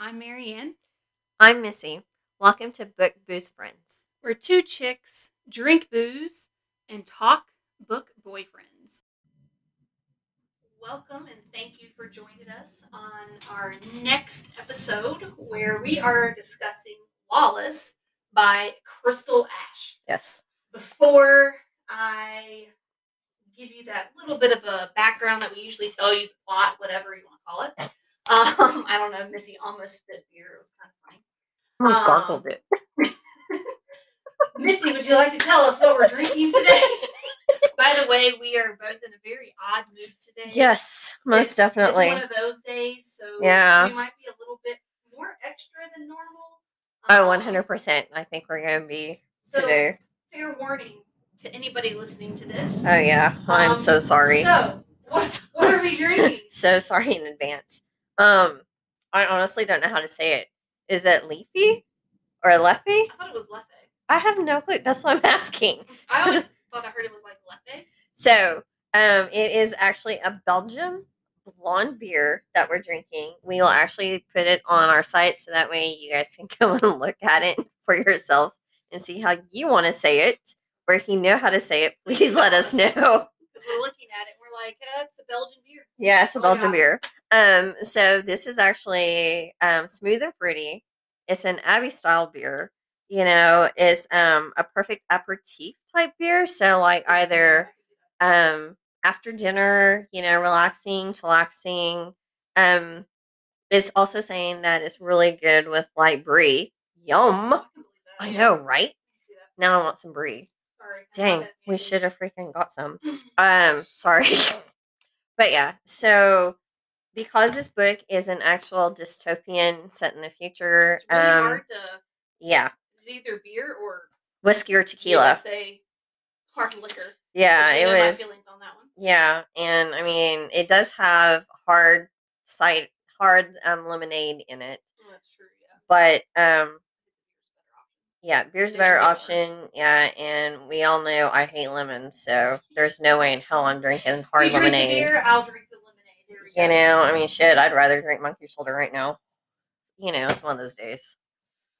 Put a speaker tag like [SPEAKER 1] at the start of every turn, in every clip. [SPEAKER 1] Ann.
[SPEAKER 2] I'm Missy. Welcome to Book Booze Friends.
[SPEAKER 1] We're two chicks, drink booze, and talk book boyfriends. Welcome and thank you for joining us on our next episode where we are discussing Wallace by Crystal Ash.
[SPEAKER 2] Yes.
[SPEAKER 1] Before I give you that little bit of a background that we usually tell you, the plot, whatever you want to call it. Um, I don't know, Missy almost spit beer. It was kind of funny.
[SPEAKER 2] Almost
[SPEAKER 1] Um,
[SPEAKER 2] gargled it.
[SPEAKER 1] Missy, would you like to tell us what we're drinking today? By the way, we are both in a very odd mood today.
[SPEAKER 2] Yes, most
[SPEAKER 1] It's-
[SPEAKER 2] definitely.
[SPEAKER 1] It's one of those days, so
[SPEAKER 2] Yeah.
[SPEAKER 1] we might be a little bit more extra than normal.
[SPEAKER 2] oh,
[SPEAKER 1] Um,
[SPEAKER 2] 100%. I think we're going to be
[SPEAKER 1] So,
[SPEAKER 2] today.
[SPEAKER 1] fair warning to anybody listening to this.
[SPEAKER 2] Oh, yeah. I'm
[SPEAKER 1] Um,
[SPEAKER 2] so sorry.
[SPEAKER 1] So, what, what are we drinking?
[SPEAKER 2] so sorry in advance. Um, I honestly don't know how to say it. Is it leafy or leafy?
[SPEAKER 1] I thought it was lefe.
[SPEAKER 2] I have no clue. That's what I'm asking.
[SPEAKER 1] I always thought I heard it was like lefe.
[SPEAKER 2] So, um, it is actually a Belgium blonde beer that we're drinking. We will actually put it on our site so that way you guys can go and look at it for yourselves and see how you want to say it. Or if you know how to say it, please let us know.
[SPEAKER 1] Because we're looking at it and we're like, uh, it's a Belgian beer.
[SPEAKER 2] Yeah, it's a
[SPEAKER 1] Oh,
[SPEAKER 2] Belgian
[SPEAKER 1] yeah.
[SPEAKER 2] beer. Um, so this is actually um, smooth and fruity. It's an Abbey style beer. You know, it's um, a perfect aperitif type beer. So like either um, after dinner, you know, relaxing, chillaxing. Um, it's also saying that it's really good with light brie. Yum!
[SPEAKER 1] I can believe that.
[SPEAKER 2] Um, I
[SPEAKER 1] Yeah,
[SPEAKER 2] know, right?
[SPEAKER 1] I can see that.
[SPEAKER 2] Now I want some brie.
[SPEAKER 1] Sorry. I thought
[SPEAKER 2] Dang,
[SPEAKER 1] that
[SPEAKER 2] we
[SPEAKER 1] maybe-
[SPEAKER 2] should have freaking got some. Um, sorry. but yeah, so because this book is an actual dystopian set in the future,
[SPEAKER 1] It's really
[SPEAKER 2] um,
[SPEAKER 1] hard to
[SPEAKER 2] yeah,
[SPEAKER 1] it's either beer or
[SPEAKER 2] whiskey or
[SPEAKER 1] you
[SPEAKER 2] tequila.
[SPEAKER 1] could Say hard liquor.
[SPEAKER 2] Yeah,
[SPEAKER 1] Which I
[SPEAKER 2] it
[SPEAKER 1] know my
[SPEAKER 2] was.
[SPEAKER 1] feelings on that one.
[SPEAKER 2] Yeah, and I mean, it does have hard cider, hard um, lemonade in it,
[SPEAKER 1] Well, Oh, that's true. Yeah.
[SPEAKER 2] but um,
[SPEAKER 1] Beer's
[SPEAKER 2] yeah, beer's
[SPEAKER 1] There's
[SPEAKER 2] a better
[SPEAKER 1] no more.
[SPEAKER 2] option. Yeah, and we all know I hate lemons, so there's no way in hell I'm
[SPEAKER 1] a
[SPEAKER 2] drinking
[SPEAKER 1] better option.
[SPEAKER 2] hard
[SPEAKER 1] you drink the
[SPEAKER 2] lemonade.
[SPEAKER 1] beer, I'll drink the lemonade. There we
[SPEAKER 2] You
[SPEAKER 1] go.
[SPEAKER 2] know, I mean, shit, I'd rather drink monkey shoulder right now. You know, it's one of those days.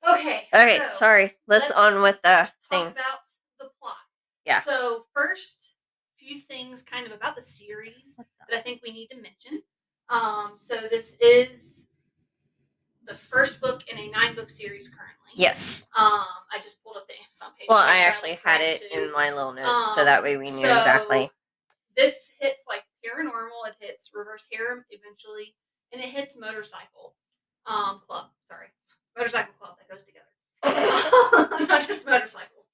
[SPEAKER 1] Okay.
[SPEAKER 2] Okay,
[SPEAKER 1] so,
[SPEAKER 2] sorry. Let's,
[SPEAKER 1] let's
[SPEAKER 2] on with the
[SPEAKER 1] Talk
[SPEAKER 2] thing.
[SPEAKER 1] about the plot.
[SPEAKER 2] Yeah.
[SPEAKER 1] So first, few things kind of about the series that I think we need to mention. Um, so this is the first book in a nine book series currently.
[SPEAKER 2] Yes.
[SPEAKER 1] Um, I just pulled up the Amazon page. to
[SPEAKER 2] Well,
[SPEAKER 1] make
[SPEAKER 2] I
[SPEAKER 1] sure was
[SPEAKER 2] actually had
[SPEAKER 1] correct,
[SPEAKER 2] it
[SPEAKER 1] too.
[SPEAKER 2] in my little notes, so
[SPEAKER 1] Um,
[SPEAKER 2] that way we knew
[SPEAKER 1] so-
[SPEAKER 2] exactly.
[SPEAKER 1] This hits like paranormal. It hits reverse harem eventually, and it hits motorcycle um, club. Sorry, motorcycle club that goes together, not just motorcycles.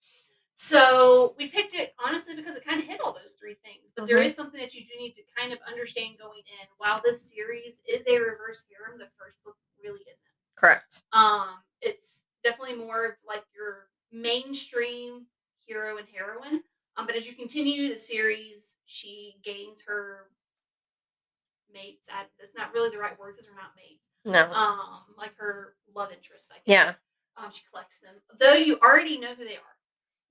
[SPEAKER 1] So we picked it honestly because it kind of hit all those three things. But there
[SPEAKER 2] Mhm.
[SPEAKER 1] is something that you do need to kind of understand going in. While this series is a reverse harem, the first book really isn't.
[SPEAKER 2] Correct.
[SPEAKER 1] Um, it's definitely more of like your mainstream hero and heroine. Um, but as you continue the series, she gains her mates. I, that's not really the right word because they're not mates.
[SPEAKER 2] No.
[SPEAKER 1] Um, like her love interests, I guess.
[SPEAKER 2] Yeah.
[SPEAKER 1] Um, she collects them, though you already know who they are.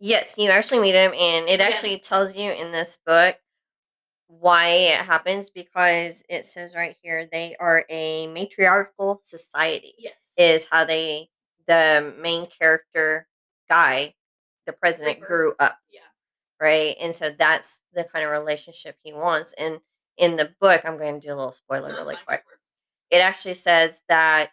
[SPEAKER 2] Yes, you actually meet him, and it
[SPEAKER 1] Yeah.
[SPEAKER 2] actually tells you in this book why it happens because it says right here they are a matriarchal society,
[SPEAKER 1] Yes.
[SPEAKER 2] is how they, the main character guy, the president,
[SPEAKER 1] Reaper.
[SPEAKER 2] grew up.
[SPEAKER 1] Yeah.
[SPEAKER 2] Right. And so that's the kind of relationship he wants. And in the book, I'm going to do a little
[SPEAKER 1] No,
[SPEAKER 2] spoiler
[SPEAKER 1] it's
[SPEAKER 2] really
[SPEAKER 1] fine, go
[SPEAKER 2] quick.
[SPEAKER 1] for it.
[SPEAKER 2] It actually says that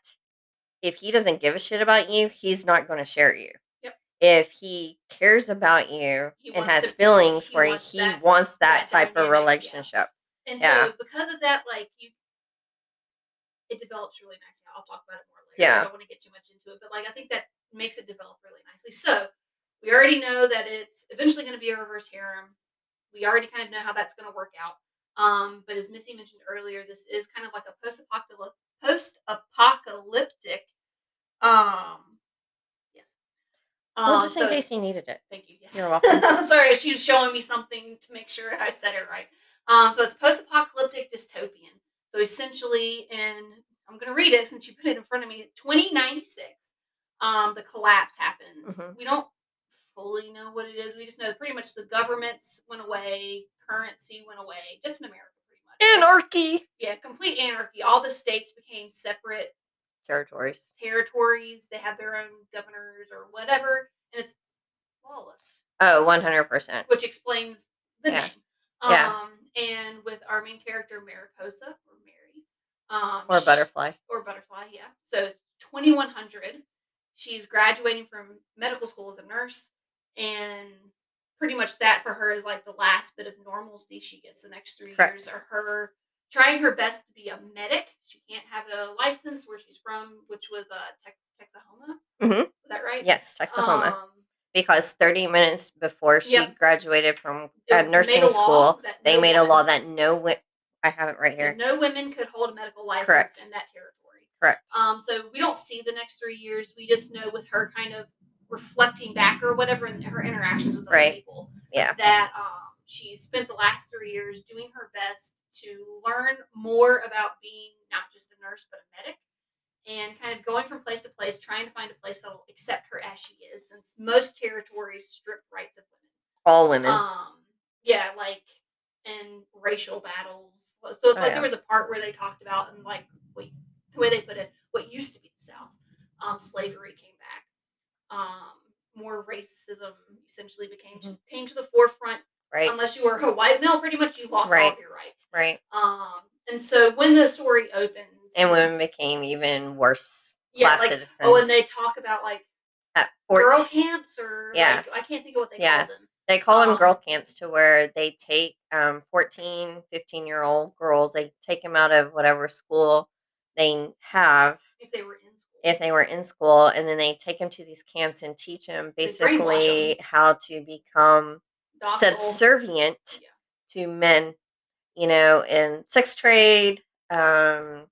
[SPEAKER 2] if he doesn't give a shit about you, he's not going to share you.
[SPEAKER 1] Yep.
[SPEAKER 2] If he cares about you
[SPEAKER 1] He
[SPEAKER 2] and
[SPEAKER 1] wants
[SPEAKER 2] has
[SPEAKER 1] to-
[SPEAKER 2] feelings
[SPEAKER 1] he
[SPEAKER 2] for you,
[SPEAKER 1] wants
[SPEAKER 2] he
[SPEAKER 1] that-
[SPEAKER 2] wants that,
[SPEAKER 1] that
[SPEAKER 2] type of
[SPEAKER 1] dynamic, yeah.
[SPEAKER 2] relationship.
[SPEAKER 1] And
[SPEAKER 2] Yeah.
[SPEAKER 1] so because of that, like you it develops really nicely. I'll talk about it more later.
[SPEAKER 2] Yeah.
[SPEAKER 1] I don't want to get too much into it, but like I think that makes it develop really nicely. So we already know that it's eventually gonna be a reverse harem. We already kind of know how that's gonna work out. Um, but as Missy mentioned earlier, this is kind of like a post apocalyptic post apocalyptic um yes.
[SPEAKER 2] well,
[SPEAKER 1] Um,
[SPEAKER 2] just
[SPEAKER 1] so
[SPEAKER 2] in
[SPEAKER 1] it's-
[SPEAKER 2] case you needed it.
[SPEAKER 1] Thank you. Yes.
[SPEAKER 2] You're welcome.
[SPEAKER 1] I'm sorry, she was showing me something to make sure I said it right. Um, so it's post-apocalyptic dystopian. So essentially, in I'm going to read it since you put it in front of me. 2096, um, the collapse happens.
[SPEAKER 2] Mhm.
[SPEAKER 1] We don't fully know what it is. We just know pretty much the governments went away, currency went away, just in America, pretty much.
[SPEAKER 2] Anarchy.
[SPEAKER 1] Yeah, complete anarchy. All the states became separate
[SPEAKER 2] territories.
[SPEAKER 1] territories. They have their own governors or whatever, and it's lawless,
[SPEAKER 2] Oh, 100%.
[SPEAKER 1] which explains the
[SPEAKER 2] Yeah.
[SPEAKER 1] name. Um,
[SPEAKER 2] Yeah.
[SPEAKER 1] And with our main character Mariposa or Mary, um,
[SPEAKER 2] Or
[SPEAKER 1] she-
[SPEAKER 2] butterfly.
[SPEAKER 1] or butterfly yeah so it's 2100 she's graduating from medical school as a nurse and pretty much that for her is like the last bit of normalcy she gets the next three
[SPEAKER 2] Correct.
[SPEAKER 1] years are her trying her best to be a medic she can't have a license where she's from which was uh, Tex- texahoma
[SPEAKER 2] Mhm.
[SPEAKER 1] is that right
[SPEAKER 2] Yes, Texahoma.
[SPEAKER 1] Um,
[SPEAKER 2] because 30 minutes before she
[SPEAKER 1] Yep.
[SPEAKER 2] graduated from
[SPEAKER 1] it
[SPEAKER 2] uh,
[SPEAKER 1] made a
[SPEAKER 2] nursing
[SPEAKER 1] law
[SPEAKER 2] school,
[SPEAKER 1] that
[SPEAKER 2] they
[SPEAKER 1] no
[SPEAKER 2] made a law
[SPEAKER 1] woman-
[SPEAKER 2] that no wi- I have it right here.
[SPEAKER 1] no women could hold a medical license
[SPEAKER 2] Correct.
[SPEAKER 1] in that territory
[SPEAKER 2] Correct.
[SPEAKER 1] Um, so we don't see the next three years. We just know with her kind of reflecting back or whatever in her interactions with other
[SPEAKER 2] Right.
[SPEAKER 1] people,
[SPEAKER 2] Yeah.
[SPEAKER 1] that um, she spent the last three years doing her best to learn more about being not just a nurse but a medic, and kind of going from place to place, trying to find a place that will accept her as she is, since most territories strip rights of women.
[SPEAKER 2] All women.
[SPEAKER 1] Um, yeah, like and racial battles. So it's like
[SPEAKER 2] Oh, yeah.
[SPEAKER 1] there was a part where they talked about and like wait, the way they put it, what used to be the South, um, slavery came back. Um, more racism essentially became to, came to the forefront.
[SPEAKER 2] Mm-hmm. right.
[SPEAKER 1] Unless you were a white male, pretty much you lost all
[SPEAKER 2] Right.
[SPEAKER 1] of your rights.
[SPEAKER 2] right.
[SPEAKER 1] Um, and so when the story opens,
[SPEAKER 2] And women became even worse
[SPEAKER 1] yeah,
[SPEAKER 2] class
[SPEAKER 1] like
[SPEAKER 2] citizens
[SPEAKER 1] oh, and they talk about like
[SPEAKER 2] at
[SPEAKER 1] girl
[SPEAKER 2] forts.
[SPEAKER 1] camps or
[SPEAKER 2] Yeah.
[SPEAKER 1] like, I can't think of what they
[SPEAKER 2] Yeah.
[SPEAKER 1] call them.
[SPEAKER 2] They call them
[SPEAKER 1] um,
[SPEAKER 2] girl camps to where they take um, 14, 15 year old girls, they take them out of whatever school they have
[SPEAKER 1] If they were in school,
[SPEAKER 2] if they were in school and then they take them to these camps and teach them
[SPEAKER 1] They brainwash 'em.
[SPEAKER 2] basically how to become
[SPEAKER 1] Docile.
[SPEAKER 2] subservient
[SPEAKER 1] Yeah.
[SPEAKER 2] to men you know in sex trade um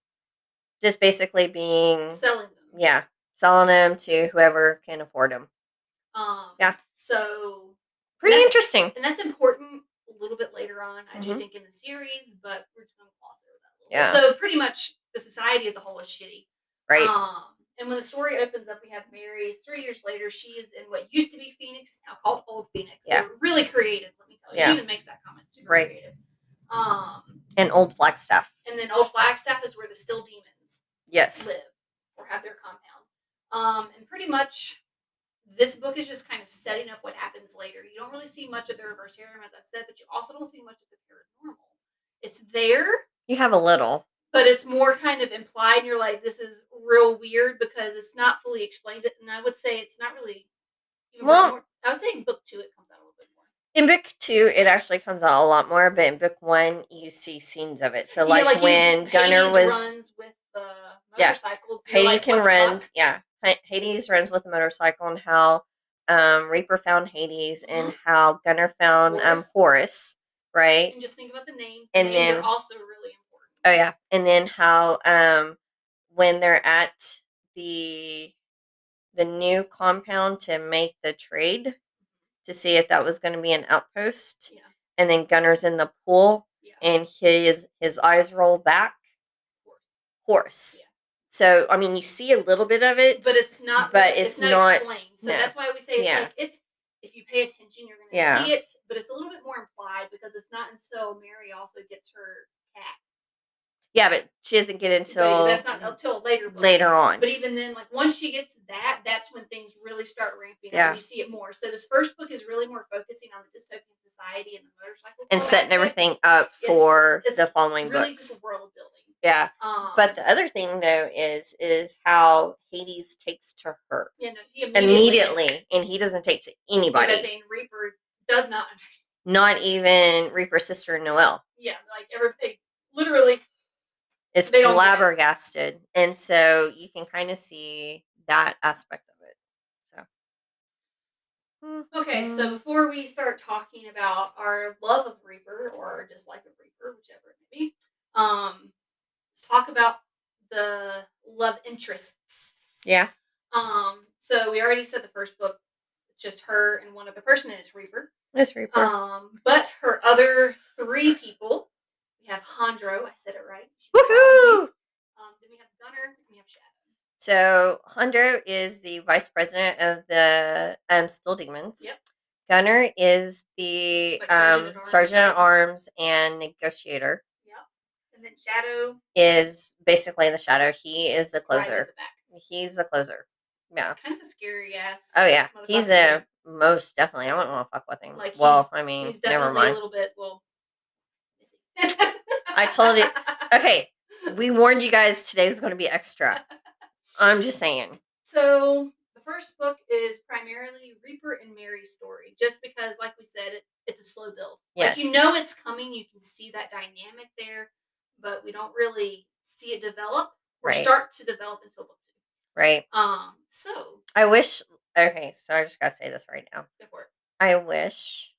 [SPEAKER 2] just basically being
[SPEAKER 1] selling them.
[SPEAKER 2] yeah selling them to whoever can afford them
[SPEAKER 1] Um,
[SPEAKER 2] Yeah.
[SPEAKER 1] So,
[SPEAKER 2] pretty
[SPEAKER 1] That's-
[SPEAKER 2] interesting
[SPEAKER 1] and that's important a little bit later on, I do
[SPEAKER 2] Mhm.
[SPEAKER 1] think, in the series, but we're just going to gloss over
[SPEAKER 2] Yeah.
[SPEAKER 1] that. a little bit. So, pretty much the society as a whole is shitty.
[SPEAKER 2] right
[SPEAKER 1] Um, and when the story opens up, we have Mary. Three years later, she is in what used to be Phoenix, now called Old Phoenix. So
[SPEAKER 2] Yeah.
[SPEAKER 1] really creative, let me tell you.
[SPEAKER 2] Yeah.
[SPEAKER 1] She even makes that comment. Super
[SPEAKER 2] Right.
[SPEAKER 1] creative. Um,
[SPEAKER 2] and old Flagstaff
[SPEAKER 1] and then Old Flagstaff is where the still demons
[SPEAKER 2] yes
[SPEAKER 1] live or have their compound. Um, and pretty much this book is just kind of setting up what happens later. You don't really see much of the reverse harem, as I've said, but you also don't see much of the paranormal. It's there,
[SPEAKER 2] you have a little
[SPEAKER 1] but it's more kind of implied, and you're like, this is real weird because it's not fully explained. And I would say it's not really. Even
[SPEAKER 2] Well-
[SPEAKER 1] more, I was saying book two, it comes out a little bit more.
[SPEAKER 2] in book two it actually comes out a lot more but in book one you see scenes of it so
[SPEAKER 1] Yeah,
[SPEAKER 2] like,
[SPEAKER 1] you-
[SPEAKER 2] when gunner
[SPEAKER 1] Hades
[SPEAKER 2] was
[SPEAKER 1] runs with the
[SPEAKER 2] Yeah.
[SPEAKER 1] motorcycles. you're
[SPEAKER 2] Hades
[SPEAKER 1] like,
[SPEAKER 2] can
[SPEAKER 1] "What the fuck?"
[SPEAKER 2] runs, yeah. H- Hades runs with a motorcycle, and how um, Reaper found Hades,
[SPEAKER 1] Mm-hmm.
[SPEAKER 2] and how Gunner found um,
[SPEAKER 1] Horus.
[SPEAKER 2] Horus, right?
[SPEAKER 1] And just think about the names.
[SPEAKER 2] And
[SPEAKER 1] And names
[SPEAKER 2] then-
[SPEAKER 1] are also really important.
[SPEAKER 2] Oh yeah, and then how um, when they're at the the new compound to make the trade to see if that was going to be an outpost,
[SPEAKER 1] Mm-hmm. Yeah.
[SPEAKER 2] and then Gunner's in the pool,
[SPEAKER 1] Yeah.
[SPEAKER 2] and his his eyes roll back,
[SPEAKER 1] Horus.
[SPEAKER 2] Horus.
[SPEAKER 1] Yeah.
[SPEAKER 2] So I mean, you see a little bit of it,
[SPEAKER 1] but it's not
[SPEAKER 2] but
[SPEAKER 1] really-
[SPEAKER 2] it's not-
[SPEAKER 1] explained. so
[SPEAKER 2] no.
[SPEAKER 1] that's why we say it's
[SPEAKER 2] Yeah.
[SPEAKER 1] like it's if you pay attention you're gonna
[SPEAKER 2] Yeah.
[SPEAKER 1] see it but it's a little bit more implied because it's not until mary also gets her cat
[SPEAKER 2] yeah, but she doesn't get
[SPEAKER 1] So
[SPEAKER 2] until
[SPEAKER 1] that's not until later but-
[SPEAKER 2] later on.
[SPEAKER 1] but even then like once she gets that that's when things really start ramping up
[SPEAKER 2] Yeah.
[SPEAKER 1] and you see it more so this first book is really more focusing on the dystopian society and the motorcycle
[SPEAKER 2] and
[SPEAKER 1] club
[SPEAKER 2] setting
[SPEAKER 1] aspect.
[SPEAKER 2] everything up
[SPEAKER 1] It's-
[SPEAKER 2] for
[SPEAKER 1] it's
[SPEAKER 2] the following
[SPEAKER 1] really
[SPEAKER 2] books.
[SPEAKER 1] just world building
[SPEAKER 2] yeah.
[SPEAKER 1] um
[SPEAKER 2] But the other thing though is is how Hades takes to her
[SPEAKER 1] you know he immediately,
[SPEAKER 2] immediately, and he doesn't take to
[SPEAKER 1] like I was
[SPEAKER 2] anybody.
[SPEAKER 1] saying reaper does not understand
[SPEAKER 2] Not even Reaper's sister Noelle
[SPEAKER 1] yeah like everything literally
[SPEAKER 2] is
[SPEAKER 1] They don't get it.
[SPEAKER 2] flabbergasted. And so you can kind of see that aspect of it.
[SPEAKER 1] Okay, so
[SPEAKER 2] Um,
[SPEAKER 1] before we start talking about our love of Reaper or our dislike of Reaper, whichever it may be, um, let's talk about the love interests.
[SPEAKER 2] Yeah.
[SPEAKER 1] Um, so we already said the first book, it's just her and one other person, and it's Reaper.
[SPEAKER 2] Miss Reaper.
[SPEAKER 1] Um, but her other three people, we have Hondro, I said it right. she was on
[SPEAKER 2] Woohoo!
[SPEAKER 1] me. Um, then we have Gunner, and we have Shadow.
[SPEAKER 2] So Hundo is the vice president of the um, Still Demons.
[SPEAKER 1] Yep.
[SPEAKER 2] Gunner is the
[SPEAKER 1] Like
[SPEAKER 2] um,
[SPEAKER 1] sergeant at arms.
[SPEAKER 2] sergeant at arms and negotiator.
[SPEAKER 1] And and then Shadow
[SPEAKER 2] is basically the shadow. He is the
[SPEAKER 1] rides at
[SPEAKER 2] closer.
[SPEAKER 1] the back.
[SPEAKER 2] He's the closer. Yeah.
[SPEAKER 1] Kind of a scary ass.
[SPEAKER 2] Oh yeah. He's
[SPEAKER 1] motherfucker.
[SPEAKER 2] a most definitely. I wouldn't want to fuck with him.
[SPEAKER 1] Like,
[SPEAKER 2] well,
[SPEAKER 1] he's-
[SPEAKER 2] I mean,
[SPEAKER 1] He's definitely
[SPEAKER 2] never
[SPEAKER 1] a
[SPEAKER 2] mind.
[SPEAKER 1] little bit. Well,
[SPEAKER 2] I told you- Okay, we warned you guys today was going to be extra. I'm just saying.
[SPEAKER 1] So the first book is primarily Reaper and Mary's story, just because, like we said, it, it's a slow build. Like, you
[SPEAKER 2] Yes.
[SPEAKER 1] know it's coming. You can see that dynamic there, but we don't really see it develop or
[SPEAKER 2] Right.
[SPEAKER 1] start to develop until book two.
[SPEAKER 2] Right.
[SPEAKER 1] Um. So
[SPEAKER 2] I wish. Okay, so I just gotta say this right now.
[SPEAKER 1] before it.
[SPEAKER 2] I wish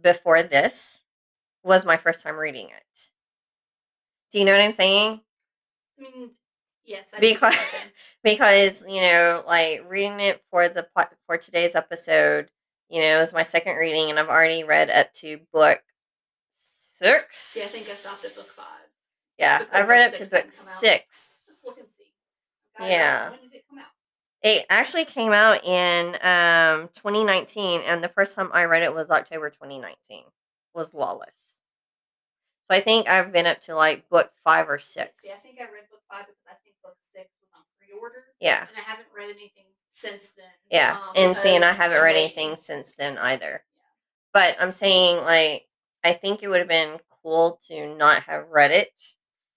[SPEAKER 2] before this was my first time reading it. Do you know what I'm saying?
[SPEAKER 1] I mean, yes, I think that's
[SPEAKER 2] Because-
[SPEAKER 1] okay.
[SPEAKER 2] because you know like reading it for the po- for today's episode you know is my second reading and i've already read up to book six
[SPEAKER 1] yeah, I think I stopped at book five.
[SPEAKER 2] yeah
[SPEAKER 1] because
[SPEAKER 2] i've read
[SPEAKER 1] book
[SPEAKER 2] up to
[SPEAKER 1] six
[SPEAKER 2] book
[SPEAKER 1] hadn't come out.
[SPEAKER 2] six
[SPEAKER 1] Let's look and see. I've got it up.
[SPEAKER 2] Yeah.
[SPEAKER 1] When did it come out?
[SPEAKER 2] it actually came out in um 2019 and the first time i read it was october 2019 was lawless so i think i've been up to like book five or six
[SPEAKER 1] See, I think I read book five because I think book six was on pre-order,
[SPEAKER 2] yeah
[SPEAKER 1] and I haven't read anything since then.
[SPEAKER 2] Yeah,
[SPEAKER 1] um,
[SPEAKER 2] and seeing I
[SPEAKER 1] because
[SPEAKER 2] haven't
[SPEAKER 1] I'm
[SPEAKER 2] read
[SPEAKER 1] waiting.
[SPEAKER 2] anything since then either. But I'm saying like I think it would have been cool to not have read it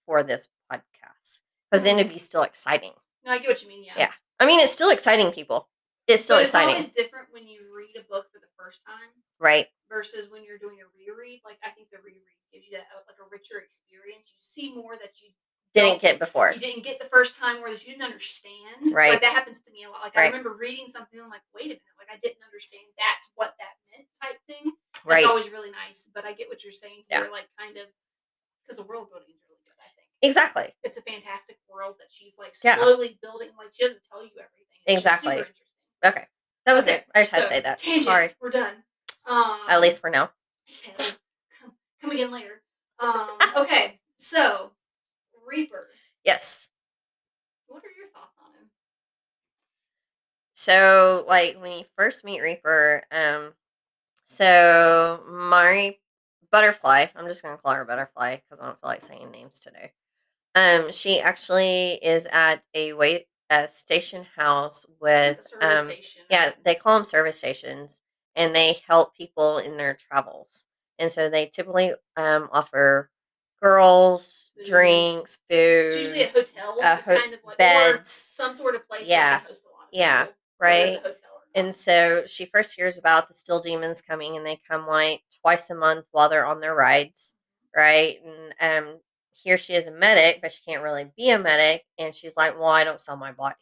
[SPEAKER 2] for this podcast because then
[SPEAKER 1] Mm-hmm.
[SPEAKER 2] it'd be still exciting.
[SPEAKER 1] No, I get what you mean. Yeah,
[SPEAKER 2] Yeah, I mean, it's still exciting, people. It's still
[SPEAKER 1] But
[SPEAKER 2] exciting,
[SPEAKER 1] It's always different when you read a book for the first time
[SPEAKER 2] right?
[SPEAKER 1] versus when you're doing a reread. Like I think the reread gives you that uh, like a richer experience. You see more that you don't-
[SPEAKER 2] Didn't get before,
[SPEAKER 1] you didn't get the first time, or that you didn't understand.
[SPEAKER 2] Right.
[SPEAKER 1] Like that happens to me a lot. Like I
[SPEAKER 2] Right.
[SPEAKER 1] remember reading something, I'm like, wait a minute, like I didn't understand that's what that meant, type thing. That's
[SPEAKER 2] right?
[SPEAKER 1] always really nice. But I get what you're saying.
[SPEAKER 2] Yeah.
[SPEAKER 1] They're like kind of because the world building is really good. I think
[SPEAKER 2] Exactly.
[SPEAKER 1] it's a fantastic world that she's like
[SPEAKER 2] Yeah.
[SPEAKER 1] slowly building. Like she doesn't tell you everything. It's just
[SPEAKER 2] Exactly.
[SPEAKER 1] super interesting.
[SPEAKER 2] Okay, that was
[SPEAKER 1] Okay,
[SPEAKER 2] it. I just
[SPEAKER 1] so,
[SPEAKER 2] had to say that.
[SPEAKER 1] Tangent.
[SPEAKER 2] Sorry,
[SPEAKER 1] We're done. Um,
[SPEAKER 2] at least for now.
[SPEAKER 1] okay, well, come, come again later. Um, okay, so Reaper.
[SPEAKER 2] Yes.
[SPEAKER 1] What are your thoughts on him?
[SPEAKER 2] So, like when you first meet Reaper, um, so Mari Butterfly, I'm just gonna call her Butterfly because I don't feel like saying names today. Um, she actually is at a wait a station house with
[SPEAKER 1] Like a service
[SPEAKER 2] um,
[SPEAKER 1] station.
[SPEAKER 2] yeah, they call them service stations, and they help people in their travels. And so they typically um offer girls
[SPEAKER 1] Food.
[SPEAKER 2] drinks, food,
[SPEAKER 1] It's usually a hotel.
[SPEAKER 2] a
[SPEAKER 1] it's
[SPEAKER 2] ho-
[SPEAKER 1] kind of like Or
[SPEAKER 2] beds.
[SPEAKER 1] some sort of place.
[SPEAKER 2] Yeah,
[SPEAKER 1] That can host a lot of
[SPEAKER 2] yeah,
[SPEAKER 1] people, whether
[SPEAKER 2] right?
[SPEAKER 1] it's a hotel or not.
[SPEAKER 2] And so she first hears about the Still Demons coming, and they come like twice a month while they're on their rides, right? And um, here she is a medic, but she can't really be a medic. And she's like, Well, I don't sell my body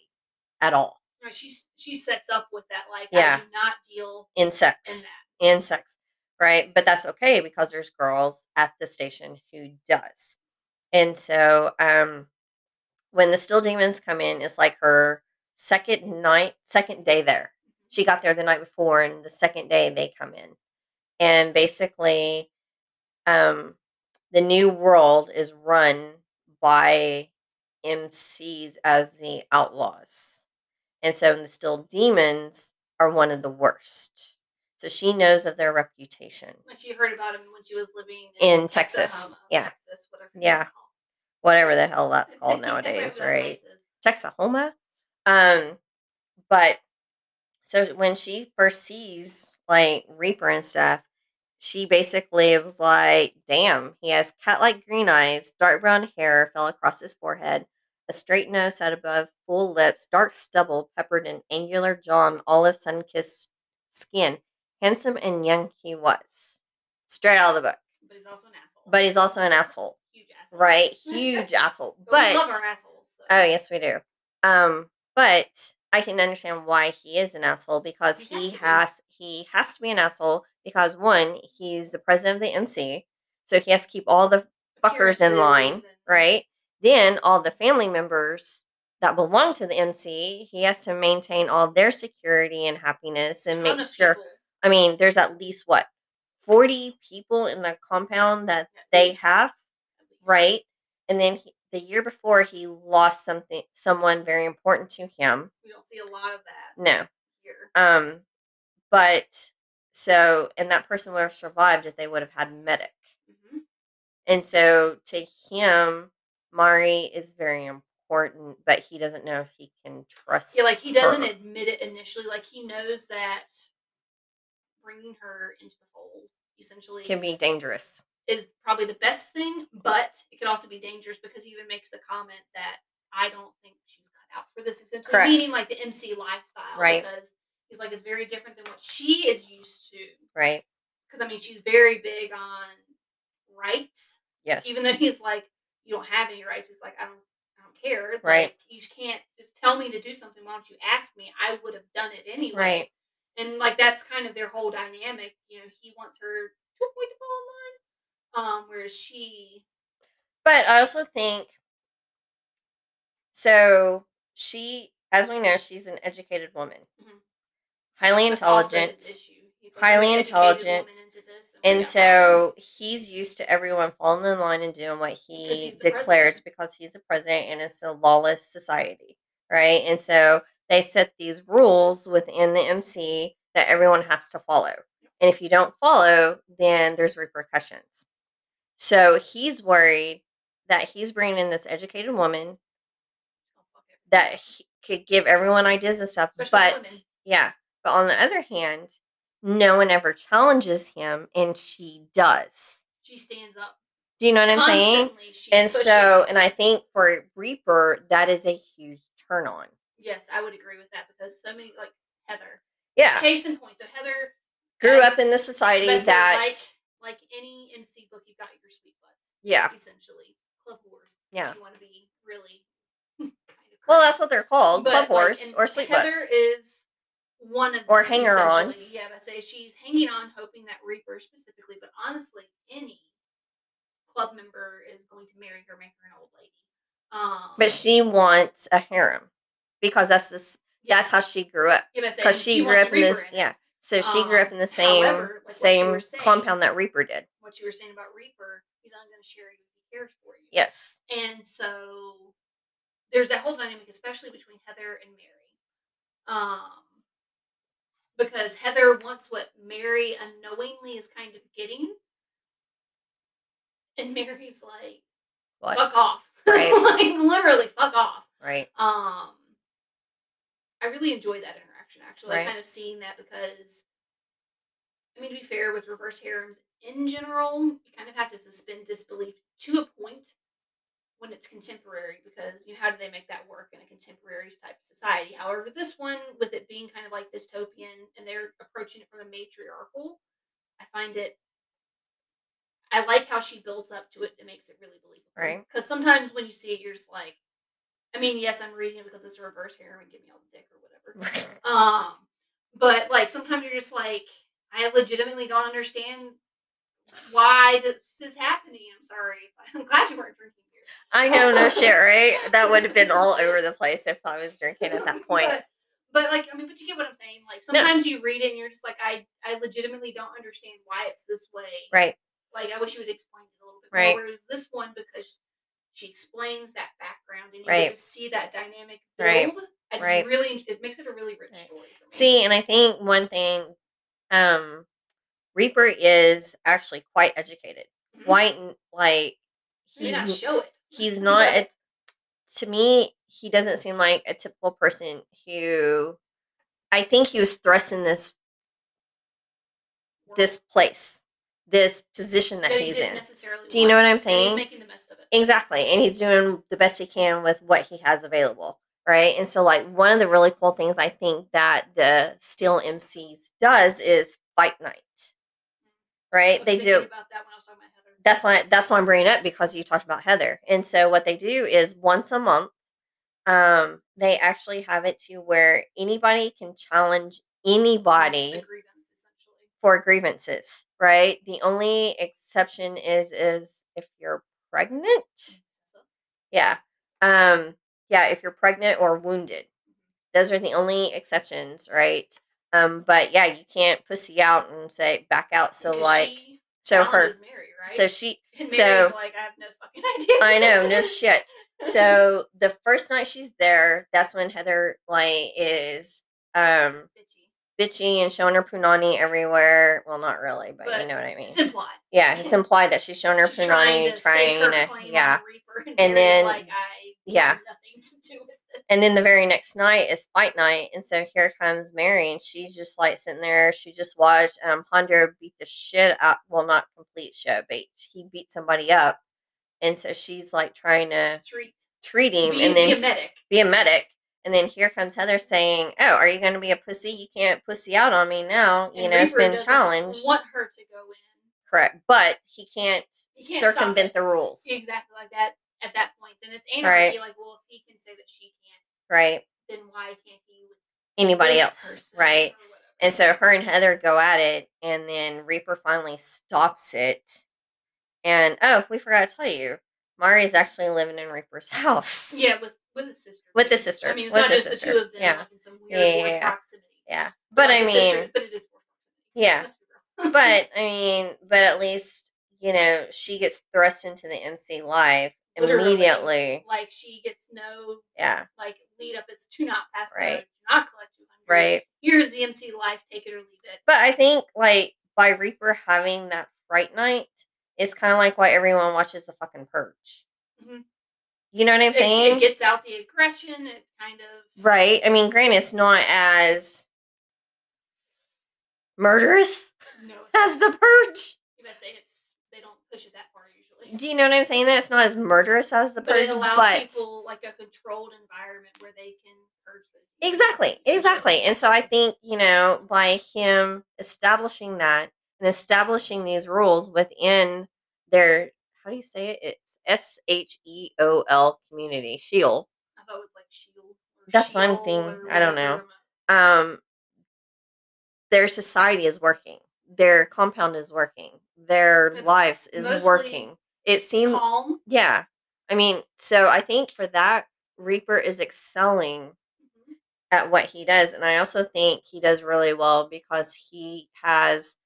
[SPEAKER 2] at all.
[SPEAKER 1] Right, she she sets up with that. Like I
[SPEAKER 2] Yeah.
[SPEAKER 1] do not deal in
[SPEAKER 2] Insects,
[SPEAKER 1] that.
[SPEAKER 2] insects, right? But that's okay because there's girls at the station who does. And so um, when the Still Demons come in, it's like her second night, second day there. she got there the night before and the second day they come in and basically um the new world is run by mcs as the outlaws and so the still demons are one of the worst so she knows of their reputation
[SPEAKER 1] Like she heard about him when she was living
[SPEAKER 2] In Texas,
[SPEAKER 1] Texas, um,
[SPEAKER 2] yeah.
[SPEAKER 1] Texas, whatever you
[SPEAKER 2] Yeah.
[SPEAKER 1] wanna call
[SPEAKER 2] whatever the hell
[SPEAKER 1] it.
[SPEAKER 2] that's called
[SPEAKER 1] Whatever that
[SPEAKER 2] nowadays
[SPEAKER 1] place
[SPEAKER 2] right
[SPEAKER 1] is.
[SPEAKER 2] Texahoma. Um, but so when she first sees like Reaper and stuff, she basically was like, damn, he has cat like green eyes, dark brown hair fell across his forehead, a straight nose set above full lips, dark stubble peppered in angular jaw and olive sun kissed skin. Handsome and young he was. Straight out of the book.
[SPEAKER 1] But he's also an asshole.
[SPEAKER 2] But he's also an asshole,
[SPEAKER 1] huge asshole.
[SPEAKER 2] right? Huge asshole.
[SPEAKER 1] But,
[SPEAKER 2] But
[SPEAKER 1] we love our assholes. so
[SPEAKER 2] Oh yes, we do. Um, but I can understand why he is an asshole because
[SPEAKER 1] He
[SPEAKER 2] he
[SPEAKER 1] has to be.
[SPEAKER 2] has he has to be an asshole because one, he's the president of the MC, so he has to keep all the fuckers in line,
[SPEAKER 1] appearances and-
[SPEAKER 2] right? Then all the family members that belong to the MC, he has to maintain all their security and happiness and
[SPEAKER 1] ton
[SPEAKER 2] make
[SPEAKER 1] of
[SPEAKER 2] sure.
[SPEAKER 1] people
[SPEAKER 2] I mean, there's at least what forty people in the compound that
[SPEAKER 1] at
[SPEAKER 2] they
[SPEAKER 1] least-
[SPEAKER 2] have
[SPEAKER 1] at least.
[SPEAKER 2] right? And then he, the year before, he lost something, someone very important to him.
[SPEAKER 1] We don't see a lot of that
[SPEAKER 2] No,
[SPEAKER 1] here.
[SPEAKER 2] um, but so and that person would have survived if they would have had medic.
[SPEAKER 1] Mhm.
[SPEAKER 2] And so to him, Mari is very important, but he doesn't know if he can trust.
[SPEAKER 1] Yeah, like he doesn't
[SPEAKER 2] her.
[SPEAKER 1] admit it initially. Like he knows that bringing her into the fold essentially
[SPEAKER 2] can be dangerous.
[SPEAKER 1] is probably the best thing, but it could also be dangerous because he even makes a comment that I don't think she's cut out for this essentially
[SPEAKER 2] Correct.
[SPEAKER 1] meaning like the MC lifestyle
[SPEAKER 2] Right.
[SPEAKER 1] because he's like it's very different than what she is used to
[SPEAKER 2] Right.
[SPEAKER 1] because I mean she's very big on rights
[SPEAKER 2] Yes.
[SPEAKER 1] even though he's like you don't have any rights he's like I don't I don't care Like,
[SPEAKER 2] Right.
[SPEAKER 1] you can't just tell me to do something why don't you ask me I would have done it anyway
[SPEAKER 2] Right.
[SPEAKER 1] and like that's kind of their whole dynamic. You know, he wants her to avoid to fall in line, um, whereas she,
[SPEAKER 2] But I also think so. She, as we know, she's an educated woman,
[SPEAKER 1] Mhm.
[SPEAKER 2] highly
[SPEAKER 1] that's also his
[SPEAKER 2] intelligent.
[SPEAKER 1] issue. He's like,
[SPEAKER 2] highly
[SPEAKER 1] "We educated women
[SPEAKER 2] intelligent,
[SPEAKER 1] into this,
[SPEAKER 2] And so he's used to everyone falling in line and doing what he
[SPEAKER 1] he's the
[SPEAKER 2] declares
[SPEAKER 1] president.
[SPEAKER 2] because he's a president and it's a lawless society, right? And so they set these rules within the MC that everyone has to follow. And if you don't follow, then there's repercussions. So he's worried that he's bringing in this educated woman
[SPEAKER 1] Oh,
[SPEAKER 2] that he could give everyone ideas and stuff.
[SPEAKER 1] Especially
[SPEAKER 2] but
[SPEAKER 1] women.
[SPEAKER 2] yeah, but on the other hand, no one ever challenges him, and she does.
[SPEAKER 1] she stands up.
[SPEAKER 2] Do you know what I'm saying?
[SPEAKER 1] Constantly she
[SPEAKER 2] And
[SPEAKER 1] pushes.
[SPEAKER 2] so, and I think for Reaper, that is a huge turn on.
[SPEAKER 1] yes, I would agree with that because so many like Heather.
[SPEAKER 2] Yeah,
[SPEAKER 1] Case in point, so Heather
[SPEAKER 2] grew
[SPEAKER 1] as
[SPEAKER 2] up in the society
[SPEAKER 1] But so,
[SPEAKER 2] that
[SPEAKER 1] like, like any MC book, you've got your sweet butts.
[SPEAKER 2] yeah,
[SPEAKER 1] essentially club wars.
[SPEAKER 2] Yeah.
[SPEAKER 1] if you want to be really. kind of
[SPEAKER 2] well,
[SPEAKER 1] crass.
[SPEAKER 2] that's what they're called, club
[SPEAKER 1] like,
[SPEAKER 2] horse
[SPEAKER 1] and
[SPEAKER 2] or sweet
[SPEAKER 1] Heather
[SPEAKER 2] butts.
[SPEAKER 1] is one of
[SPEAKER 2] Or
[SPEAKER 1] them,
[SPEAKER 2] hanger-ons.
[SPEAKER 1] essentially. Yeah, but say she's hanging on, hoping that Reaper specifically, but honestly, any club member is going to marry her, make her an old lady. Um,
[SPEAKER 2] But she wants a harem because that's this that's how
[SPEAKER 1] yes.
[SPEAKER 2] she grew up.
[SPEAKER 1] Yeah, but say,
[SPEAKER 2] Because
[SPEAKER 1] and
[SPEAKER 2] she, grew
[SPEAKER 1] wants
[SPEAKER 2] up in this
[SPEAKER 1] Reaper it.
[SPEAKER 2] yeah. So she grew up
[SPEAKER 1] Um,
[SPEAKER 2] in the same
[SPEAKER 1] however, like what you
[SPEAKER 2] same
[SPEAKER 1] were saying-
[SPEAKER 2] compound that Reaper did.
[SPEAKER 1] What you were saying about Reaper, he's not going to share you. He cares for you.
[SPEAKER 2] Yes.
[SPEAKER 1] And so there's that whole dynamic, especially between Heather and Mary. Um, because Heather wants what Mary unknowingly is kind of getting. And Mary's like,
[SPEAKER 2] What?
[SPEAKER 1] fuck off.
[SPEAKER 2] Right.
[SPEAKER 1] like, literally, fuck off.
[SPEAKER 2] Right.
[SPEAKER 1] Um, I really enjoyed that interaction, actually,
[SPEAKER 2] Right.
[SPEAKER 1] kind of seeing that because, I mean, to be fair, with reverse harems in general, you kind of have to suspend disbelief to a point when it's contemporary because you know, how do they make that work in a contemporary type of society? However, this one, with it being kind of like dystopian and they're approaching it from the matriarchal, I find it. I like how she builds up to it and makes it really believable.
[SPEAKER 2] Right.
[SPEAKER 1] Because sometimes when you see it, you're just like, I mean, yes, I'm reading it because it's a reverse harem and give me all the dick or whatever. Um, but like sometimes you're just like, I legitimately don't understand why this is happening. I'm sorry. I'm glad you weren't drinking beer.
[SPEAKER 2] I know no shit, right? That would have been all over the place if I was drinking at that point.
[SPEAKER 1] But, but, like, I mean, but you get what I'm saying. Like
[SPEAKER 2] No.
[SPEAKER 1] sometimes you read it and you're just like, I, I legitimately don't understand why it's this way.
[SPEAKER 2] Right.
[SPEAKER 1] Like I wish you would explain it a little bit
[SPEAKER 2] Right.
[SPEAKER 1] more. Whereas this one, because she explains that background and you
[SPEAKER 2] Right.
[SPEAKER 1] get to see that dynamic build.
[SPEAKER 2] Right.
[SPEAKER 1] I just
[SPEAKER 2] Right.
[SPEAKER 1] really, it makes it a really rich
[SPEAKER 2] Right.
[SPEAKER 1] story. For me.
[SPEAKER 2] See, and I think one thing, um, Reaper is actually quite educated.
[SPEAKER 1] Mhm.
[SPEAKER 2] White, and like
[SPEAKER 1] You may not
[SPEAKER 2] he's
[SPEAKER 1] show it.
[SPEAKER 2] he's not
[SPEAKER 1] but-
[SPEAKER 2] a, to me he doesn't seem like a typical person who i think he was thrust in this this place this position that
[SPEAKER 1] that he
[SPEAKER 2] he's
[SPEAKER 1] didn't
[SPEAKER 2] in
[SPEAKER 1] necessarily
[SPEAKER 2] do you know
[SPEAKER 1] want,
[SPEAKER 2] what i'm
[SPEAKER 1] and
[SPEAKER 2] saying
[SPEAKER 1] He's making the best of it.
[SPEAKER 2] Exactly. And he's doing the best he can with what he has available. Right. And so, like, one of the really cool things I think that the Steel MCs does is fight night.
[SPEAKER 1] I
[SPEAKER 2] Right.
[SPEAKER 1] was
[SPEAKER 2] They
[SPEAKER 1] thinking
[SPEAKER 2] do.
[SPEAKER 1] About that when I was talking about Heather.
[SPEAKER 2] That's why, that's why I'm bringing it up because you talked about Heather. And so, what they do is once a month, um, they actually have it to where anybody can challenge anybody
[SPEAKER 1] The grievance, essentially.
[SPEAKER 2] for grievances, right? The only exception is is if you're pregnant.
[SPEAKER 1] So,
[SPEAKER 2] Yeah. Um yeah, if you're pregnant or wounded. Those are the only exceptions, right? Um but yeah, you can't pussy out and say back out so
[SPEAKER 1] because
[SPEAKER 2] like
[SPEAKER 1] she
[SPEAKER 2] so her
[SPEAKER 1] challenges Mary, right?
[SPEAKER 2] so she
[SPEAKER 1] and
[SPEAKER 2] so-
[SPEAKER 1] Mary's like, I have no fucking idea.
[SPEAKER 2] I
[SPEAKER 1] what
[SPEAKER 2] know, no
[SPEAKER 1] this is."
[SPEAKER 2] shit. So the first night she's there, that's when Heather like is um
[SPEAKER 1] Bitchy.
[SPEAKER 2] bitchy and showing her punani everywhere. Well, not really, but,
[SPEAKER 1] But
[SPEAKER 2] you know what I mean.
[SPEAKER 1] It's implied.
[SPEAKER 2] yeah, it's implied that she's showing her
[SPEAKER 1] She's trying
[SPEAKER 2] punani,
[SPEAKER 1] to
[SPEAKER 2] trying,
[SPEAKER 1] stake her
[SPEAKER 2] to,
[SPEAKER 1] claim on
[SPEAKER 2] yeah.
[SPEAKER 1] the Reaper, and,
[SPEAKER 2] And
[SPEAKER 1] Barry's
[SPEAKER 2] then-
[SPEAKER 1] like I
[SPEAKER 2] yeah.
[SPEAKER 1] have nothing to do with it.
[SPEAKER 2] And then the very next night is fight night, and so here comes Mary, and she's just like sitting there. She just watched um Hondo beat the shit out. Well, not complete shit, but he beat somebody up, and so she's like trying to
[SPEAKER 1] treat
[SPEAKER 2] treat him,
[SPEAKER 1] be,
[SPEAKER 2] and then
[SPEAKER 1] be a medic.
[SPEAKER 2] be a medic. And then here comes Heather saying, "Oh, are you going to be a pussy? You can't pussy out on me now. you
[SPEAKER 1] And
[SPEAKER 2] know, it's
[SPEAKER 1] Reaper
[SPEAKER 2] been
[SPEAKER 1] doesn't
[SPEAKER 2] challenged,
[SPEAKER 1] Want her to go in
[SPEAKER 2] correct? But he can't,
[SPEAKER 1] He can't stop
[SPEAKER 2] circumvent
[SPEAKER 1] it.
[SPEAKER 2] the rules,
[SPEAKER 1] exactly like that at that point. Then it's anarchy. Like, well, if he can say that she can't,
[SPEAKER 2] right?
[SPEAKER 1] then why can't he? With
[SPEAKER 2] Anybody
[SPEAKER 1] this
[SPEAKER 2] else,
[SPEAKER 1] person
[SPEAKER 2] right?
[SPEAKER 1] or whatever?
[SPEAKER 2] And so her and Heather go at it, and then Reaper finally stops it. And oh, we forgot to tell you, Mari is actually living in Reaper's house.
[SPEAKER 1] yeah, with with his sister.
[SPEAKER 2] With the
[SPEAKER 1] too.
[SPEAKER 2] sister,
[SPEAKER 1] I mean, it's
[SPEAKER 2] with
[SPEAKER 1] not
[SPEAKER 2] the
[SPEAKER 1] just
[SPEAKER 2] sister,
[SPEAKER 1] the two of them.
[SPEAKER 2] yeah.
[SPEAKER 1] Like, in some weird
[SPEAKER 2] Yeah,
[SPEAKER 1] forced
[SPEAKER 2] yeah, yeah.
[SPEAKER 1] proximity.
[SPEAKER 2] Yeah, but
[SPEAKER 1] Not
[SPEAKER 2] I
[SPEAKER 1] the
[SPEAKER 2] mean,
[SPEAKER 1] sister, but it is forced proximity.
[SPEAKER 2] Yeah.
[SPEAKER 1] Let's be real.
[SPEAKER 2] but I mean, but at least you know she gets thrust into the MC life
[SPEAKER 1] Literally. Mm-hmm.
[SPEAKER 2] immediately.
[SPEAKER 1] like she gets no
[SPEAKER 2] Yeah,
[SPEAKER 1] like lead up. It's to not pass go,
[SPEAKER 2] Right.
[SPEAKER 1] do not collect two hundred.
[SPEAKER 2] right.
[SPEAKER 1] Here's the MC life. Take it or leave it.
[SPEAKER 2] But I think like by Reaper having that fright night, it's kind of like why everyone watches the fucking Purge.
[SPEAKER 1] Mhm.
[SPEAKER 2] You know what I'm
[SPEAKER 1] It- It,
[SPEAKER 2] saying?
[SPEAKER 1] gets out the aggression. It kind of
[SPEAKER 2] Right. I mean, granted, it's not as murderous
[SPEAKER 1] no. it's
[SPEAKER 2] as the purge.
[SPEAKER 1] You better say it's they don't push it that far usually.
[SPEAKER 2] Do you know what I'm saying? That it's not as murderous as the
[SPEAKER 1] but
[SPEAKER 2] purge,
[SPEAKER 1] it allows
[SPEAKER 2] but
[SPEAKER 1] people like a controlled environment where they can purge those people,
[SPEAKER 2] exactly,
[SPEAKER 1] essentially.
[SPEAKER 2] exactly. And so I think you know, by him establishing that and establishing these rules within their how do you say it? It's S H E O L community shield.
[SPEAKER 1] I thought it was like shield. or
[SPEAKER 2] That's one
[SPEAKER 1] Sheol
[SPEAKER 2] thing,
[SPEAKER 1] or
[SPEAKER 2] I don't
[SPEAKER 1] whatever.
[SPEAKER 2] know. um their society is working their compound is working their
[SPEAKER 1] It's
[SPEAKER 2] lives is
[SPEAKER 1] mostly
[SPEAKER 2] working it seems
[SPEAKER 1] Calm.
[SPEAKER 2] yeah i mean so i think for that reaper is excelling
[SPEAKER 1] Mhm.
[SPEAKER 2] at what he does and i also think he does really well because he has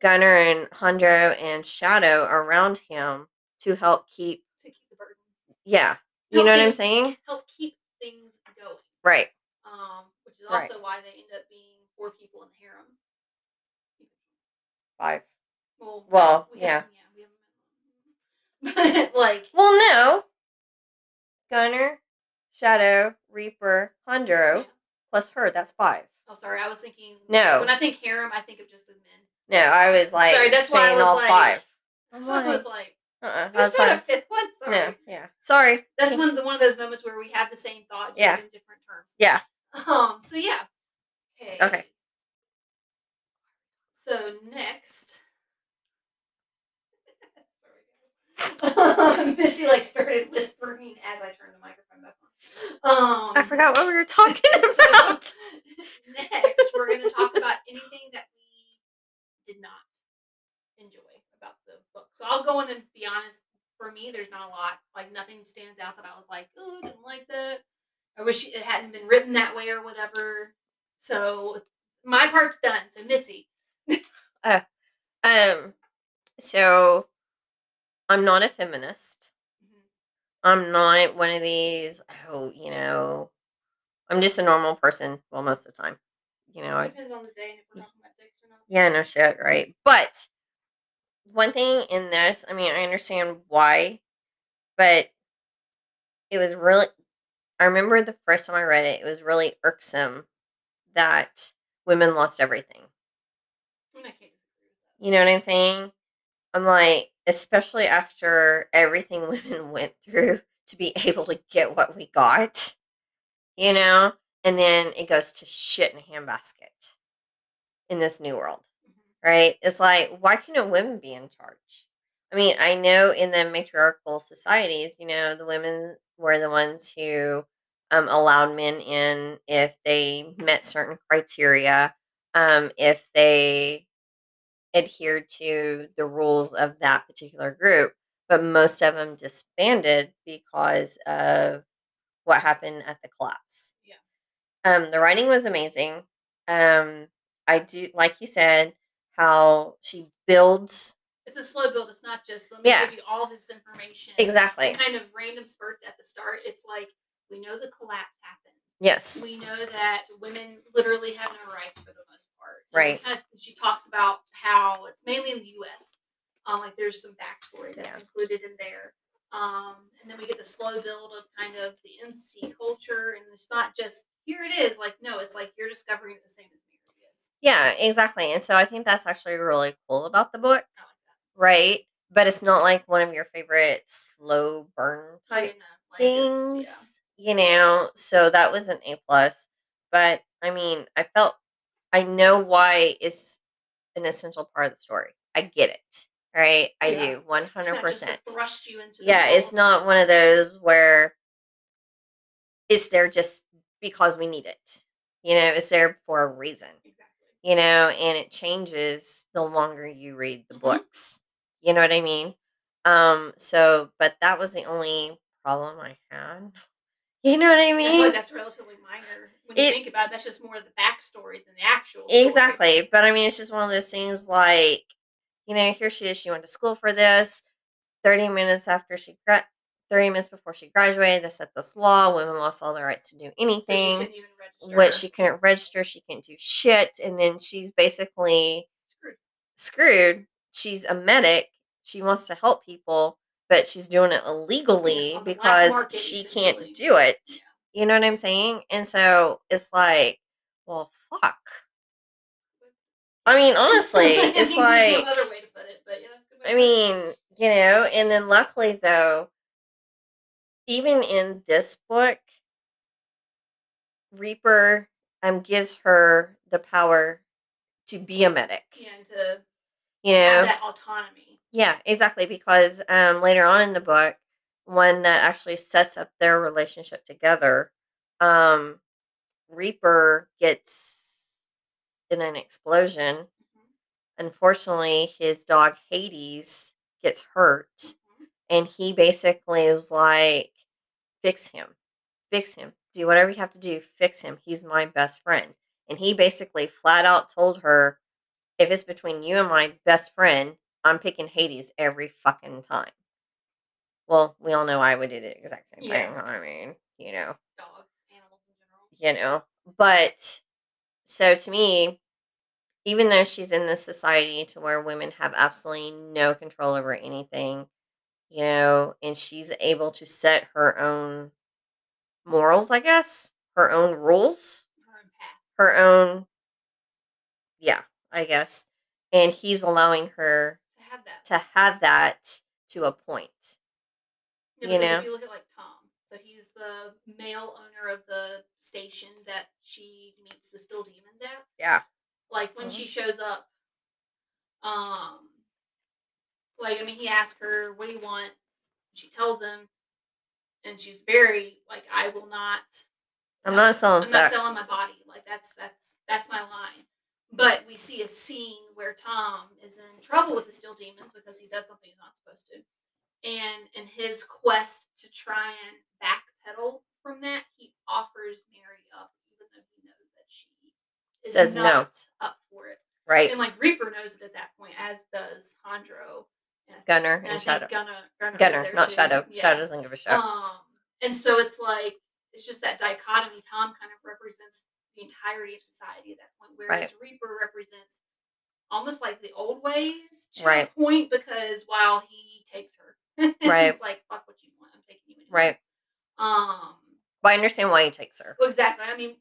[SPEAKER 2] gunner and Hondo and shadow around him to help keep
[SPEAKER 1] To keep the burden.
[SPEAKER 2] yeah you
[SPEAKER 1] Help
[SPEAKER 2] know what i'm
[SPEAKER 1] things-
[SPEAKER 2] saying
[SPEAKER 1] Help keep things going.
[SPEAKER 2] right
[SPEAKER 1] Um, which is
[SPEAKER 2] Right.
[SPEAKER 1] also why they end up being four people in the harem.
[SPEAKER 2] five
[SPEAKER 1] Well, we-
[SPEAKER 2] Well,
[SPEAKER 1] we haven't- yeah, we haven't met. But like,
[SPEAKER 2] Well, no. Gunner, Shadow, Reaper, Hondro,
[SPEAKER 1] yeah.
[SPEAKER 2] plus her. That's five.
[SPEAKER 1] oh, sorry, I was thinking.
[SPEAKER 2] No.
[SPEAKER 1] When I think harem, I think of just the men.
[SPEAKER 2] No, I was like
[SPEAKER 1] sorry, that's why I
[SPEAKER 2] saying
[SPEAKER 1] was
[SPEAKER 2] all
[SPEAKER 1] like,
[SPEAKER 2] five.
[SPEAKER 1] So I was like,
[SPEAKER 2] Uh-uh,
[SPEAKER 1] that's
[SPEAKER 2] that's
[SPEAKER 1] not a
[SPEAKER 2] fine.
[SPEAKER 1] fifth one. Sorry.
[SPEAKER 2] No, yeah. Sorry.
[SPEAKER 1] That's one the one of those moments where we have the same thought, just
[SPEAKER 2] Yeah.
[SPEAKER 1] in different terms.
[SPEAKER 2] Yeah.
[SPEAKER 1] Um. So yeah. Okay.
[SPEAKER 2] Okay.
[SPEAKER 1] So next. Sorry. Missy like started whispering as I turned the microphone back on. Um,
[SPEAKER 2] I forgot what we were talking
[SPEAKER 1] so
[SPEAKER 2] about.
[SPEAKER 1] next, we're going to talk about anything that we did not enjoy about the book. So I'll go in and be honest. For me, there's not a lot. Like nothing stands out that I was like, oh, I didn't like that. I wish it hadn't been written that way or whatever. So my part's done. So Missy,
[SPEAKER 2] Um so I'm not a feminist. Mm-hmm. I'm not one of these, oh, you know, I'm just a normal person, well most of the time. You know, I
[SPEAKER 1] depends on the day and if we're talking about dicks or not.
[SPEAKER 2] Mm-hmm. Yeah, no shit, right? But one thing in this, I mean, I understand why, but it was really, I remember the first time I read it, it was really irksome that women lost everything.
[SPEAKER 1] I mean, I can't disagree with that.
[SPEAKER 2] You know what I'm saying? I'm like, especially after everything women went through to be able to get what we got, you know? And then it goes to shit in a handbasket in this new world
[SPEAKER 1] Mm-hmm.
[SPEAKER 2] right? It's like, why couldn't women be in charge? I mean, I know in the matriarchal societies, you know, the women were the ones who um, allowed men in if they met certain criteria, um, if they adhered to the rules of that particular group. But most of them disbanded because of what happened at the collapse.
[SPEAKER 1] Yeah.
[SPEAKER 2] Um, the writing was amazing. Um, I do, like you said, how she builds
[SPEAKER 1] It's a slow build. It's not just let me
[SPEAKER 2] Yeah.
[SPEAKER 1] give you all this information.
[SPEAKER 2] exactly
[SPEAKER 1] kind of random spurts at the start. It's like we know the collapse happened.
[SPEAKER 2] Yes.
[SPEAKER 1] We know that women literally have no rights for the most part. And
[SPEAKER 2] Right.
[SPEAKER 1] kind of- she talks about how it's mainly in the U.S. Um, like there's some backstory that's
[SPEAKER 2] Yeah.
[SPEAKER 1] included in there. Um, and then we get the slow build of kind of the MC culture, and it's not just here it is. Like no, it's like you're discovering it the same as marriage is.
[SPEAKER 2] Yeah, exactly. And so I think that's actually really cool about the book,
[SPEAKER 1] I like that.
[SPEAKER 2] right? But it's not like one of your favorite slow burn
[SPEAKER 1] But,
[SPEAKER 2] type
[SPEAKER 1] you know, like it's- yeah.
[SPEAKER 2] things, you know. So that was an A plus. But I mean, I felt I know why it's an essential part of the story. I get it, right? I
[SPEAKER 1] Yeah.
[SPEAKER 2] do one
[SPEAKER 1] It's
[SPEAKER 2] hundred
[SPEAKER 1] not just to
[SPEAKER 2] percent.
[SPEAKER 1] Thrust you into. the
[SPEAKER 2] Yeah, it's
[SPEAKER 1] world.
[SPEAKER 2] not one of those where it's there just because we need it. You know, it's there for a reason
[SPEAKER 1] Exactly.
[SPEAKER 2] you know, and it changes the longer you read the
[SPEAKER 1] Mhm.
[SPEAKER 2] books. You know what I mean? Um, so but that was the only problem I had. You know what I
[SPEAKER 1] I feel like
[SPEAKER 2] mean?
[SPEAKER 1] that's relatively minor when you
[SPEAKER 2] It-
[SPEAKER 1] think about it. That's just more of the backstory than the actual. story.
[SPEAKER 2] Exactly. But I mean it's just one of those things like, you know, here she is, she went to school for this. Thirty minutes after she gra- thirty minutes before she graduated, they set this law, women lost all their rights to do
[SPEAKER 1] So she
[SPEAKER 2] anything.
[SPEAKER 1] couldn't even register.
[SPEAKER 2] what she couldn't register, she couldn't do shit, and then she's basically
[SPEAKER 1] Screwed.
[SPEAKER 2] screwed. She's a medic. She wants to help people, but she's doing it illegally
[SPEAKER 1] on the black
[SPEAKER 2] because
[SPEAKER 1] market,
[SPEAKER 2] she can't
[SPEAKER 1] essentially.
[SPEAKER 2] do it.
[SPEAKER 1] Yeah.
[SPEAKER 2] You know what I'm saying? And so it's like, well, fuck. I mean, honestly,
[SPEAKER 1] I
[SPEAKER 2] it's
[SPEAKER 1] mean, there's
[SPEAKER 2] like,
[SPEAKER 1] no other way to put it, but yeah, that's a good way to put
[SPEAKER 2] I
[SPEAKER 1] it.
[SPEAKER 2] mean, you know, and then luckily though, even in this book, Reaper um gives her the power to be a medic.
[SPEAKER 1] yeah, and to
[SPEAKER 2] You know,
[SPEAKER 1] have that autonomy.
[SPEAKER 2] Yeah, exactly. Because um, later on in the book, one that actually sets up their relationship together, um, Reaper gets in an explosion.
[SPEAKER 1] Mm-hmm.
[SPEAKER 2] Unfortunately, his dog Hades gets hurt,
[SPEAKER 1] Mm-hmm.
[SPEAKER 2] and he basically was like, "Fix him, fix him. Do whatever you have to do. Fix him. He's my best friend." And he basically flat out told her, "If it's between you and my best friend, I'm picking Hades every fucking time. Well, we all know I would do the exact same
[SPEAKER 1] Yeah.
[SPEAKER 2] thing. I mean, you know,
[SPEAKER 1] Dogs, animals in general.
[SPEAKER 2] you know. But so to me, even though she's in this society to where women have absolutely no control over anything, you know, and she's able to set her own morals, I guess, her own rules,
[SPEAKER 1] Her own path.
[SPEAKER 2] her own, yeah, I guess. And he's allowing her
[SPEAKER 1] To have that.
[SPEAKER 2] to have that to a point.
[SPEAKER 1] Yeah,
[SPEAKER 2] you
[SPEAKER 1] because
[SPEAKER 2] know.
[SPEAKER 1] If you look at like Tom, so he's the male owner of the station that she meets the still demons at.
[SPEAKER 2] Yeah.
[SPEAKER 1] Like when
[SPEAKER 2] Mhm.
[SPEAKER 1] she shows up, um, like I mean, he asks her, "What do you want?" She tells him, and she's very like, "I will not.
[SPEAKER 2] I'm not selling
[SPEAKER 1] I'm not
[SPEAKER 2] sex.
[SPEAKER 1] selling my body. Like that's that's that's my line." But we see a scene where Tom is in trouble with the still demons because he does something he's not supposed to and in his quest to try and backpedal from that, he offers Mary up, even though he knows that she is
[SPEAKER 2] Says no.
[SPEAKER 1] not up for it.
[SPEAKER 2] right.
[SPEAKER 1] And like Reaper knows it at that point, as does Hondro. And I think-
[SPEAKER 2] Gunner
[SPEAKER 1] and I
[SPEAKER 2] and
[SPEAKER 1] think
[SPEAKER 2] Shadow.
[SPEAKER 1] Gunna, Gunner, was
[SPEAKER 2] Gunner,
[SPEAKER 1] there
[SPEAKER 2] not
[SPEAKER 1] too.
[SPEAKER 2] Shadow.
[SPEAKER 1] Yeah.
[SPEAKER 2] Shadow doesn't give a shit.
[SPEAKER 1] Um, and so it's like it's just that dichotomy. Tom kind of represents the entirety of society at that point, whereas Reaper represents almost like the old ways to
[SPEAKER 2] Right.
[SPEAKER 1] a point because while he takes her,
[SPEAKER 2] Right.
[SPEAKER 1] it's like fuck what you want, I'm taking you. Anyway.
[SPEAKER 2] right.
[SPEAKER 1] Um.
[SPEAKER 2] But I understand why he takes her.
[SPEAKER 1] Well, exactly. I mean,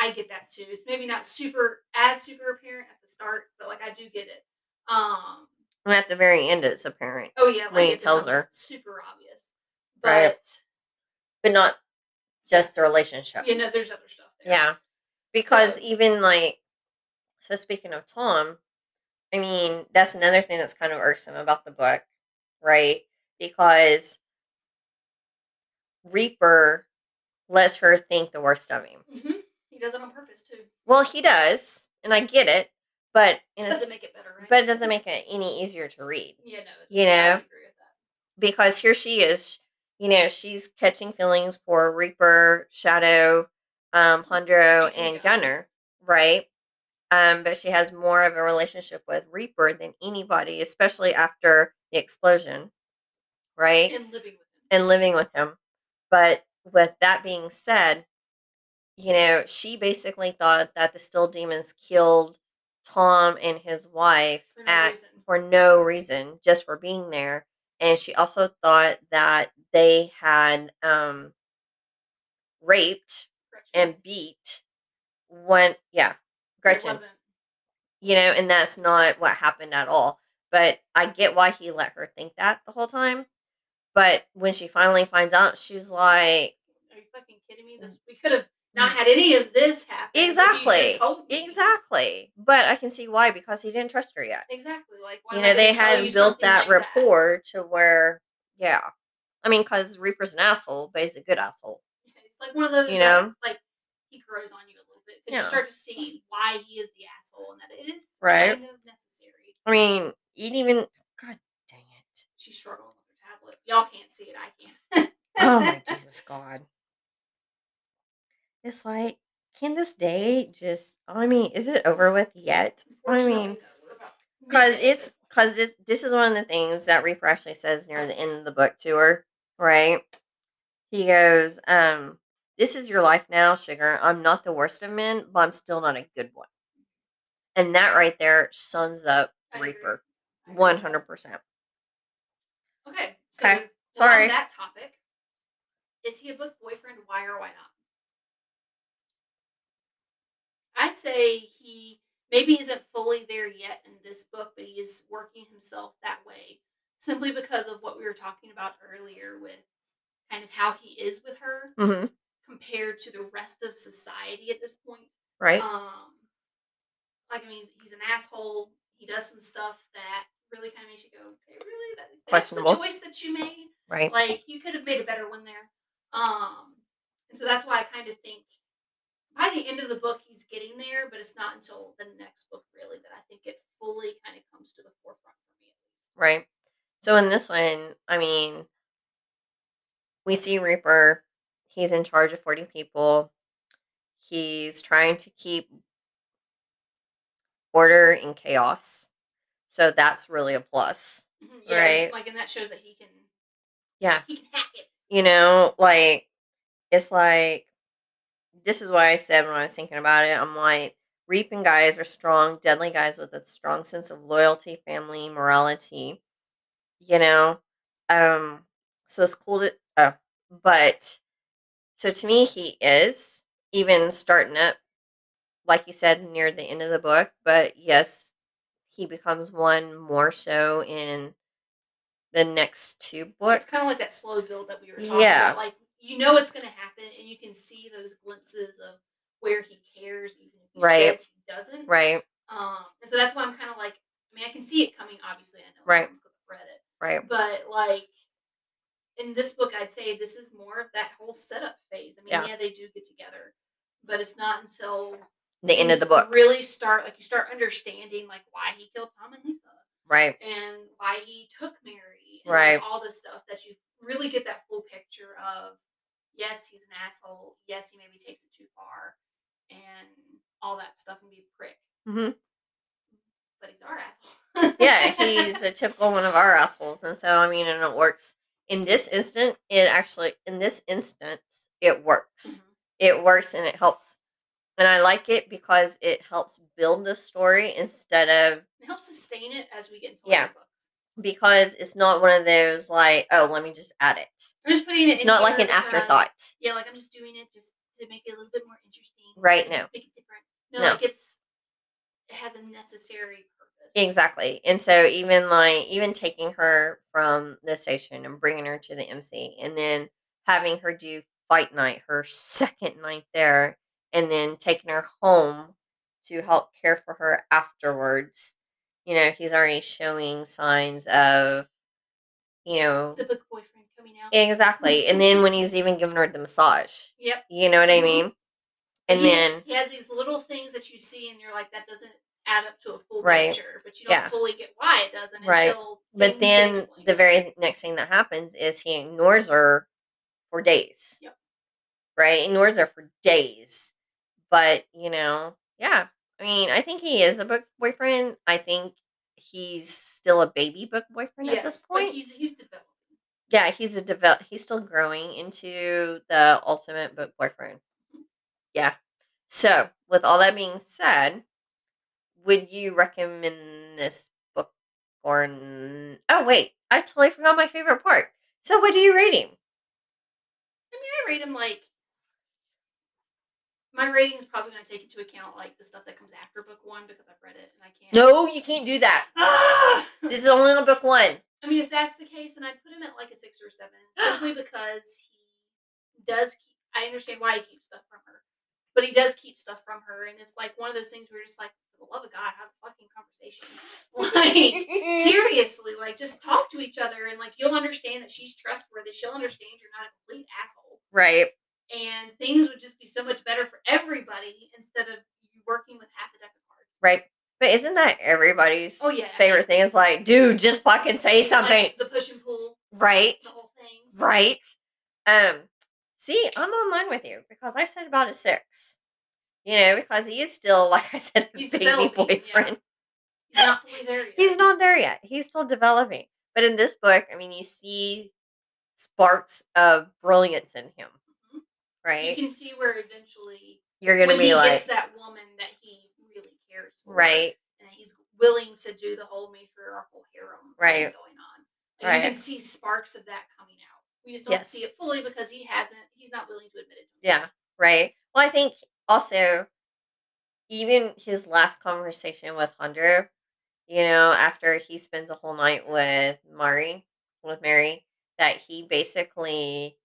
[SPEAKER 1] I get that too. It's maybe not super as super apparent at the start, but like I do get it. Um.
[SPEAKER 2] And at the very end, it's apparent,
[SPEAKER 1] Oh yeah, like
[SPEAKER 2] When he
[SPEAKER 1] it
[SPEAKER 2] tells
[SPEAKER 1] becomes
[SPEAKER 2] her.
[SPEAKER 1] super obvious. But
[SPEAKER 2] Right. but not just the relationship.
[SPEAKER 1] you know, there's other stuff. There.
[SPEAKER 2] Yeah. Because
[SPEAKER 1] So-
[SPEAKER 2] even like, so speaking of Tom, I mean, that's another thing that's kind of irksome about the book, right? Because Reaper lets her think the worst of him.
[SPEAKER 1] hmm He does it on purpose too.
[SPEAKER 2] Well, he does, and I get it, but in a,
[SPEAKER 1] doesn't
[SPEAKER 2] s-
[SPEAKER 1] make it better, right?
[SPEAKER 2] but it doesn't make it any easier to read
[SPEAKER 1] yeah, no, it-
[SPEAKER 2] you
[SPEAKER 1] I
[SPEAKER 2] know,
[SPEAKER 1] would agree with that.
[SPEAKER 2] because here she is, you know, she's catching feelings for Reaper, Shadow, um, Hondro,
[SPEAKER 1] And
[SPEAKER 2] and
[SPEAKER 1] Gunner.
[SPEAKER 2] Gunner, right? Um, but she has more of a relationship with Reaper than anybody, especially after the explosion, right?
[SPEAKER 1] And living with him.
[SPEAKER 2] and living with him. But with that being said, you know, she basically thought that the still demons killed Tom and his wife
[SPEAKER 1] For no
[SPEAKER 2] at
[SPEAKER 1] reason.
[SPEAKER 2] for no reason, just for being there. And she also thought that they had um raped
[SPEAKER 1] Gretchen.
[SPEAKER 2] and beat one yeah,
[SPEAKER 1] It
[SPEAKER 2] Gretchen.
[SPEAKER 1] wasn't.
[SPEAKER 2] You know, and that's not what happened at all. But I get why he let her think that the whole time. But when she finally finds out, she's like,
[SPEAKER 1] Are you fucking kidding me? This we could have not had any of this happen. if you
[SPEAKER 2] Mm. Exactly.
[SPEAKER 1] just told me.
[SPEAKER 2] Exactly. But I can see why because he didn't trust her yet.
[SPEAKER 1] Exactly. Like why
[SPEAKER 2] You
[SPEAKER 1] am I
[SPEAKER 2] know, they
[SPEAKER 1] gonna tell
[SPEAKER 2] had
[SPEAKER 1] you
[SPEAKER 2] built
[SPEAKER 1] something
[SPEAKER 2] that
[SPEAKER 1] like
[SPEAKER 2] rapport to where, yeah. I mean, because Reaper's an asshole, but he's a good asshole.
[SPEAKER 1] It's like one of those
[SPEAKER 2] You
[SPEAKER 1] that,
[SPEAKER 2] know?
[SPEAKER 1] like he grows on you a little bit because
[SPEAKER 2] Yeah.
[SPEAKER 1] you start to see why he is the asshole and that it is
[SPEAKER 2] Right.
[SPEAKER 1] kind of necessary.
[SPEAKER 2] I mean, you'd even, God dang it.
[SPEAKER 1] She's struggling with her tablet. Y'all can't see it. I can.
[SPEAKER 2] Oh my Jesus God. It's like, can this day just, I mean, is it over with yet? I
[SPEAKER 1] Unfortunately,
[SPEAKER 2] mean,
[SPEAKER 1] though, we're about
[SPEAKER 2] because
[SPEAKER 1] midway
[SPEAKER 2] it's because this this is one of the things that Reaper actually says near the end of the book to her, right? He goes, um, "This is your life now, sugar. I'm not the worst of men, but I'm still not a good one." And that right there sums up
[SPEAKER 1] I agree.
[SPEAKER 2] Reaper
[SPEAKER 1] through.
[SPEAKER 2] one hundred percent.
[SPEAKER 1] Okay. So
[SPEAKER 2] Okay,
[SPEAKER 1] while on
[SPEAKER 2] sorry.
[SPEAKER 1] that topic. Is he a book boyfriend? Why or why not? I say he maybe isn't fully there yet in this book, but he is working himself that way simply because of what we were talking about earlier with kind of how he is with her
[SPEAKER 2] Mm-hmm.
[SPEAKER 1] compared to the rest of society at this point.
[SPEAKER 2] Right?
[SPEAKER 1] Um, like I mean, he's an asshole. He does some stuff that really kind of makes you go, "Okay, really? That, that's the
[SPEAKER 2] Questionable.
[SPEAKER 1] choice that you made."
[SPEAKER 2] right?
[SPEAKER 1] like you could have made a better one there um and so that's why i kind of think by the end of the book he's getting there but it's not until the next book really that i think it fully kind of comes to the forefront for me
[SPEAKER 2] Right. So in this one, I mean, we see Reaper. He's in charge of forty people. He's trying to keep order and chaos. So that's really a plus.
[SPEAKER 1] Mhm, yeah, and,
[SPEAKER 2] Mm-hmm. Right.
[SPEAKER 1] like and that shows that he can
[SPEAKER 2] Yeah.
[SPEAKER 1] he can hack it
[SPEAKER 2] You know, like it's like this is what I said when I was thinking about it. I'm like, reaping guys are strong, deadly guys with a strong sense of loyalty, family, morality. You know, um, so it's cool to, uh, but so to me, he is even starting up, like you said, near the end of the book. But yes, he becomes one more so in the next two books.
[SPEAKER 1] it's kind of like that slow build that we were talking
[SPEAKER 2] Yeah.
[SPEAKER 1] about like you know it's going to happen and you can see those glimpses of where he cares even if he
[SPEAKER 2] Right.
[SPEAKER 1] says he doesn't
[SPEAKER 2] right,
[SPEAKER 1] um and so that's why i'm kind of like i mean i can see it coming obviously i know
[SPEAKER 2] Right.
[SPEAKER 1] because i've read it
[SPEAKER 2] right,
[SPEAKER 1] but like in this book i'd say this is more of that whole setup phase i mean
[SPEAKER 2] Yeah.
[SPEAKER 1] yeah, they do get together but it's not until
[SPEAKER 2] the end of
[SPEAKER 1] things
[SPEAKER 2] the book,
[SPEAKER 1] really start like you start understanding like why he killed tom and lisa
[SPEAKER 2] right,
[SPEAKER 1] and why he took mary and like,
[SPEAKER 2] Right.
[SPEAKER 1] all this stuff that you really get that full picture of yes he's an asshole yes he maybe takes it too far and all that stuff and be a prick
[SPEAKER 2] hmm
[SPEAKER 1] but he's our asshole
[SPEAKER 2] yeah, he's a typical one of our assholes, and so I mean, and it works. In this instant, it actually, in this instance, it works.
[SPEAKER 1] Mhm.
[SPEAKER 2] It works, and it helps. And I like it because it helps build the story instead of
[SPEAKER 1] it helps sustain it as we get into
[SPEAKER 2] Yeah.
[SPEAKER 1] later books
[SPEAKER 2] because it's not one of those like, oh, let me just add it.
[SPEAKER 1] I'm just putting it.
[SPEAKER 2] It's
[SPEAKER 1] in
[SPEAKER 2] not like
[SPEAKER 1] here
[SPEAKER 2] an
[SPEAKER 1] because-
[SPEAKER 2] afterthought,
[SPEAKER 1] Yeah, like I'm just doing it just to make it a little bit more interesting.
[SPEAKER 2] right?
[SPEAKER 1] and
[SPEAKER 2] No,
[SPEAKER 1] just make it different. No,
[SPEAKER 2] No.
[SPEAKER 1] like it's it has a necessary purpose.
[SPEAKER 2] Exactly. And so even like even taking her from the station and bringing her to the MC and then having her do fight night, her second night there, and then taking her home to help care for her afterwards. You know, he's already showing signs of, you know,
[SPEAKER 1] The book boyfriend coming out.
[SPEAKER 2] exactly. And then when he's even giving her the massage,
[SPEAKER 1] yep.
[SPEAKER 2] you know what I
[SPEAKER 1] Mhm.
[SPEAKER 2] mean? And
[SPEAKER 1] he,
[SPEAKER 2] then,
[SPEAKER 1] he has these little things that you see, and you're like, that doesn't add up to a full
[SPEAKER 2] Right.
[SPEAKER 1] picture, but you don't
[SPEAKER 2] Yeah.
[SPEAKER 1] fully get why it doesn't.
[SPEAKER 2] Right.
[SPEAKER 1] Until things
[SPEAKER 2] but
[SPEAKER 1] get
[SPEAKER 2] then
[SPEAKER 1] explained.
[SPEAKER 2] the very next thing that happens is he ignores her for days.
[SPEAKER 1] Yep.
[SPEAKER 2] right? Ignores her for days. But, you know, yeah. I mean, I think he is a book boyfriend. I think he's still a baby book boyfriend
[SPEAKER 1] yes,
[SPEAKER 2] at this
[SPEAKER 1] like,
[SPEAKER 2] point.
[SPEAKER 1] he's he's developing.
[SPEAKER 2] yeah, he's a develop he's still growing into the ultimate book boyfriend. So, with all that being said, would you recommend this book or? n- Oh wait, I totally forgot my favorite part. So, what are you reading?
[SPEAKER 1] I mean, I rate them like my rating is probably going to take into account like the stuff that comes after book one because I've read it and I can't.
[SPEAKER 2] No, you can't do that.
[SPEAKER 1] Ah!
[SPEAKER 2] This is only on book one.
[SPEAKER 1] I mean, if that's the case, then I'd put him at like a six or seven simply because he does keep. I understand why he keeps stuff from her, but he does keep stuff from her, and it's like one of those things where you're just like, for the love of God, have a fucking conversation. Like, seriously like just talk to each other and like you'll understand that she's trustworthy she'll understand you're not a complete asshole
[SPEAKER 2] right.
[SPEAKER 1] and things would just be so much better for everybody instead of you working with half a deck of cards
[SPEAKER 2] Right. But isn't that everybody's
[SPEAKER 1] Oh, yeah.
[SPEAKER 2] favorite thing? It's like, dude, just fucking say something.
[SPEAKER 1] Like, the push and pull
[SPEAKER 2] right.
[SPEAKER 1] the whole thing
[SPEAKER 2] Right. Um, see, I'm online with you because I said about a six. You know, because he is still, like I said, a
[SPEAKER 1] He's
[SPEAKER 2] baby
[SPEAKER 1] developing, yeah.
[SPEAKER 2] boyfriend.
[SPEAKER 1] he's not fully there yet
[SPEAKER 2] He's not there yet. He's still developing. But in this book, I mean, you see sparks of brilliance in him.
[SPEAKER 1] Mhm. you
[SPEAKER 2] Right?
[SPEAKER 1] can see where eventually
[SPEAKER 2] You're gonna
[SPEAKER 1] when he
[SPEAKER 2] be like,
[SPEAKER 1] gets that woman that he really cares for
[SPEAKER 2] right,
[SPEAKER 1] and that he's willing to do the whole matriarchal harem thing
[SPEAKER 2] Right.
[SPEAKER 1] going on. Like, You
[SPEAKER 2] Right.
[SPEAKER 1] can see sparks of that coming out. We just don't
[SPEAKER 2] Yes.
[SPEAKER 1] see it fully because he hasn't. He's not willing to admit it. to
[SPEAKER 2] yeah,
[SPEAKER 1] himself.
[SPEAKER 2] right. Well, I think also even his last conversation with Hunter, you know, after he spends a whole night with Mari, with Mary, that he basically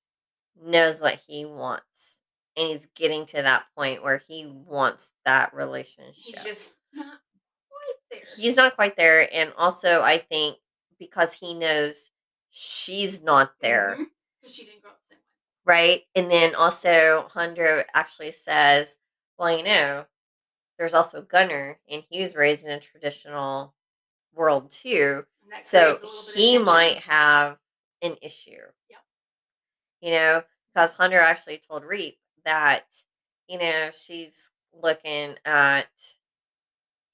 [SPEAKER 2] knows what he wants. And he's getting to that point where he wants that
[SPEAKER 1] He's
[SPEAKER 2] relationship.
[SPEAKER 1] just not quite there.
[SPEAKER 2] he's not quite there and also i think because he knows she's not
[SPEAKER 1] Mm-hmm.
[SPEAKER 2] there
[SPEAKER 1] because she didn't grow up the same way.
[SPEAKER 2] right and then also hunter actually says well you know there's also gunner and he was raised in a traditional world too
[SPEAKER 1] And that
[SPEAKER 2] so
[SPEAKER 1] creates a little bit of
[SPEAKER 2] he
[SPEAKER 1] tension.
[SPEAKER 2] might have an issue
[SPEAKER 1] Yep.
[SPEAKER 2] you know because hunter actually told reap that you know she's looking at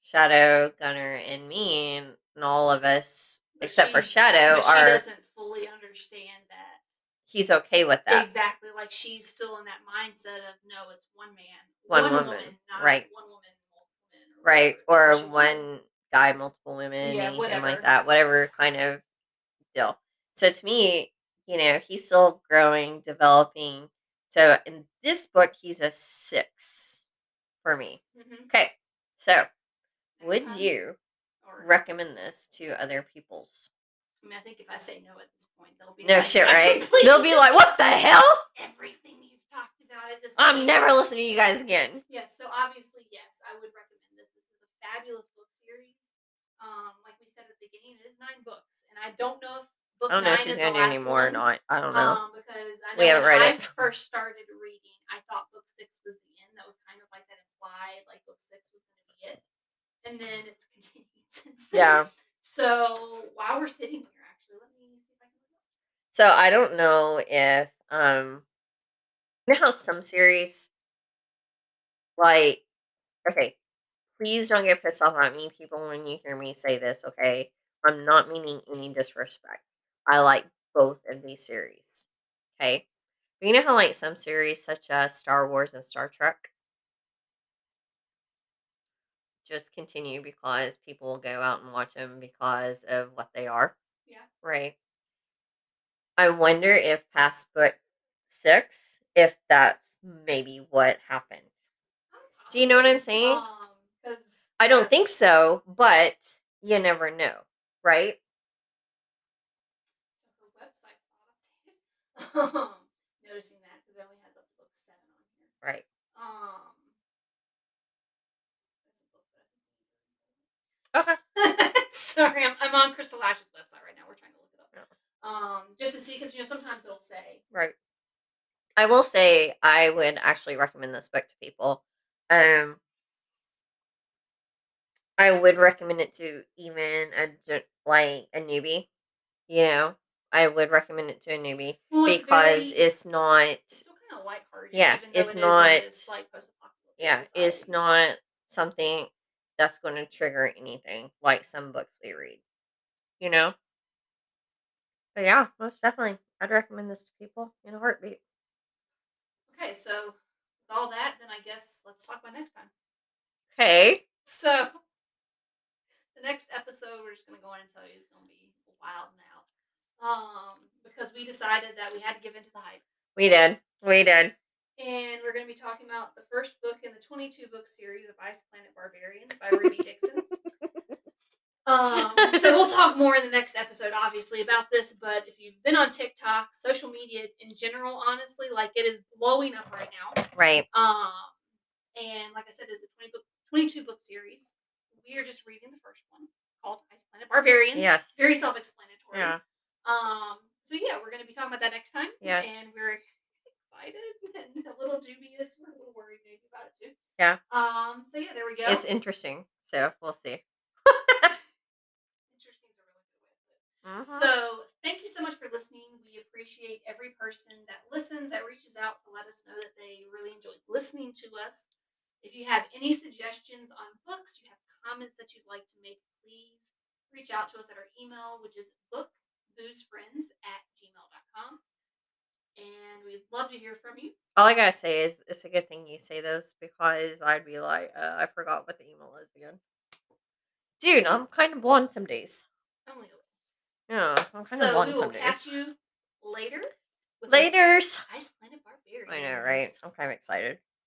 [SPEAKER 2] shadow gunner and me and, and all of us
[SPEAKER 1] But
[SPEAKER 2] except for
[SPEAKER 1] she-
[SPEAKER 2] shadow
[SPEAKER 1] but she
[SPEAKER 2] are
[SPEAKER 1] doesn't fully understand that.
[SPEAKER 2] he's okay with that
[SPEAKER 1] Exactly, like she's still in that mindset of no, it's one man,
[SPEAKER 2] One woman,
[SPEAKER 1] woman, not
[SPEAKER 2] right.
[SPEAKER 1] one woman, multiple men, or
[SPEAKER 2] right
[SPEAKER 1] whatever it
[SPEAKER 2] or
[SPEAKER 1] is that she wants.
[SPEAKER 2] one guy multiple women
[SPEAKER 1] Yeah,
[SPEAKER 2] anything like
[SPEAKER 1] whatever.
[SPEAKER 2] that whatever kind of deal so to me you know he's still growing developing so in this book he's a six for me
[SPEAKER 1] Mhm.
[SPEAKER 2] okay so
[SPEAKER 1] Next
[SPEAKER 2] would
[SPEAKER 1] time,
[SPEAKER 2] you
[SPEAKER 1] or-
[SPEAKER 2] recommend this to other people's
[SPEAKER 1] I mean, I think if I say no at this point, they'll be
[SPEAKER 2] no
[SPEAKER 1] like,
[SPEAKER 2] shit
[SPEAKER 1] "I
[SPEAKER 2] right
[SPEAKER 1] completely
[SPEAKER 2] they'll be
[SPEAKER 1] just
[SPEAKER 2] like what the hell
[SPEAKER 1] everything you've talked about at this.
[SPEAKER 2] i'm
[SPEAKER 1] point."
[SPEAKER 2] never listening to you guys again
[SPEAKER 1] Yes, so obviously, yes, I would recommend this. This is a fabulous book series. Um, like we said at the beginning, it is nine books, and I don't know if book
[SPEAKER 2] i don't know if
[SPEAKER 1] nine
[SPEAKER 2] she's
[SPEAKER 1] is the
[SPEAKER 2] gonna do any
[SPEAKER 1] last
[SPEAKER 2] more or
[SPEAKER 1] one,
[SPEAKER 2] not i don't know
[SPEAKER 1] Um, because I know
[SPEAKER 2] We haven't
[SPEAKER 1] when
[SPEAKER 2] read
[SPEAKER 1] I
[SPEAKER 2] it.
[SPEAKER 1] first started reading, I thought book six was the end. That was kind of like that implied, like book six was going to be it, and then it's continued since then.
[SPEAKER 2] yeah
[SPEAKER 1] So while we're sitting here, actually, let me see if I can look up.
[SPEAKER 2] So I don't know if um you know how some series like okay, please don't get pissed off at me people when you hear me say this, okay? I'm not meaning any disrespect. I like both of these series. Okay? But you know how like some series such as Star Wars and Star Trek just continue because people will go out and watch them because of what they are.
[SPEAKER 1] Yeah.
[SPEAKER 2] Right. I wonder if past book six, if that's maybe what happened. Do you know what I'm saying?
[SPEAKER 1] um, Because
[SPEAKER 2] I don't think so, but you never know, right?
[SPEAKER 1] her website's not updated. um, noticing that because it only has up to book seven on here.
[SPEAKER 2] Right.
[SPEAKER 1] Um, that's a book that
[SPEAKER 2] Okay.
[SPEAKER 1] Sorry, I'm, I'm on Crystal Ash's website right now. We're trying to look it
[SPEAKER 2] Yeah.
[SPEAKER 1] up. Um, just to see because you know sometimes it'll say
[SPEAKER 2] Right. I will say I would actually recommend this book to people. Um I would recommend it to even a gen- like a newbie, you know. I would recommend it to a newbie
[SPEAKER 1] well, it's
[SPEAKER 2] because
[SPEAKER 1] very-
[SPEAKER 2] it's not
[SPEAKER 1] it's still kind of lighthearted.
[SPEAKER 2] yeah,
[SPEAKER 1] even though
[SPEAKER 2] it's
[SPEAKER 1] it is in
[SPEAKER 2] not-
[SPEAKER 1] this, like post-apocalyptic
[SPEAKER 2] yeah, it's
[SPEAKER 1] society.
[SPEAKER 2] not something that's going to trigger anything like some books we read, you know. But yeah, most definitely, I'd recommend this to people in a heartbeat.
[SPEAKER 1] Okay, so with all that, then I guess let's talk about next time.
[SPEAKER 2] Okay.
[SPEAKER 1] So the next episode we're just gonna go in and tell you is gonna be wild now. Um, because we decided that we had to give in to the hype.
[SPEAKER 2] We did. We did.
[SPEAKER 1] And we're gonna be talking about the first book in the twenty two book series of Ice Planet Barbarians by Ruby Dixon. Um, so we'll talk more in the next episode, obviously, about this. But if you've been on TikTok, social media in general, honestly, like it is blowing up right now.
[SPEAKER 2] Right.
[SPEAKER 1] Um, and like I said, it's a 20 book, 22 book series. We are just reading the first one called Ice Planet Barbarians.
[SPEAKER 2] Yes.
[SPEAKER 1] Very self explanatory.
[SPEAKER 2] Yeah.
[SPEAKER 1] Um, so yeah, we're going to be talking about that next time.
[SPEAKER 2] Yes.
[SPEAKER 1] And we're excited and a little dubious. We're a little worried maybe about it too.
[SPEAKER 2] Yeah.
[SPEAKER 1] Um, so yeah, there we go.
[SPEAKER 2] It's interesting. So we'll see.
[SPEAKER 1] Interesting is a really good way to put it.
[SPEAKER 2] Mhm.
[SPEAKER 1] So, thank you so much for listening. We appreciate every person that listens, that reaches out to let us know that they really enjoyed listening to us. If you have any suggestions on books, you have comments that you'd like to make, please reach out to us at our email, which is bookboozefriends at gmail.com. And we'd love to hear from you.
[SPEAKER 2] all I gotta say is it's a good thing you say those because I'd be like, uh, I forgot what the email is again. Dude, I'm kind of blonde some days.
[SPEAKER 1] Only a little.
[SPEAKER 2] Yeah, I'm kind
[SPEAKER 1] so,
[SPEAKER 2] of blonde
[SPEAKER 1] we will
[SPEAKER 2] some
[SPEAKER 1] catch
[SPEAKER 2] days.
[SPEAKER 1] you later. with the
[SPEAKER 2] Later's.
[SPEAKER 1] Ice Planet Barbarian.
[SPEAKER 2] I know, right? I'm kind of excited.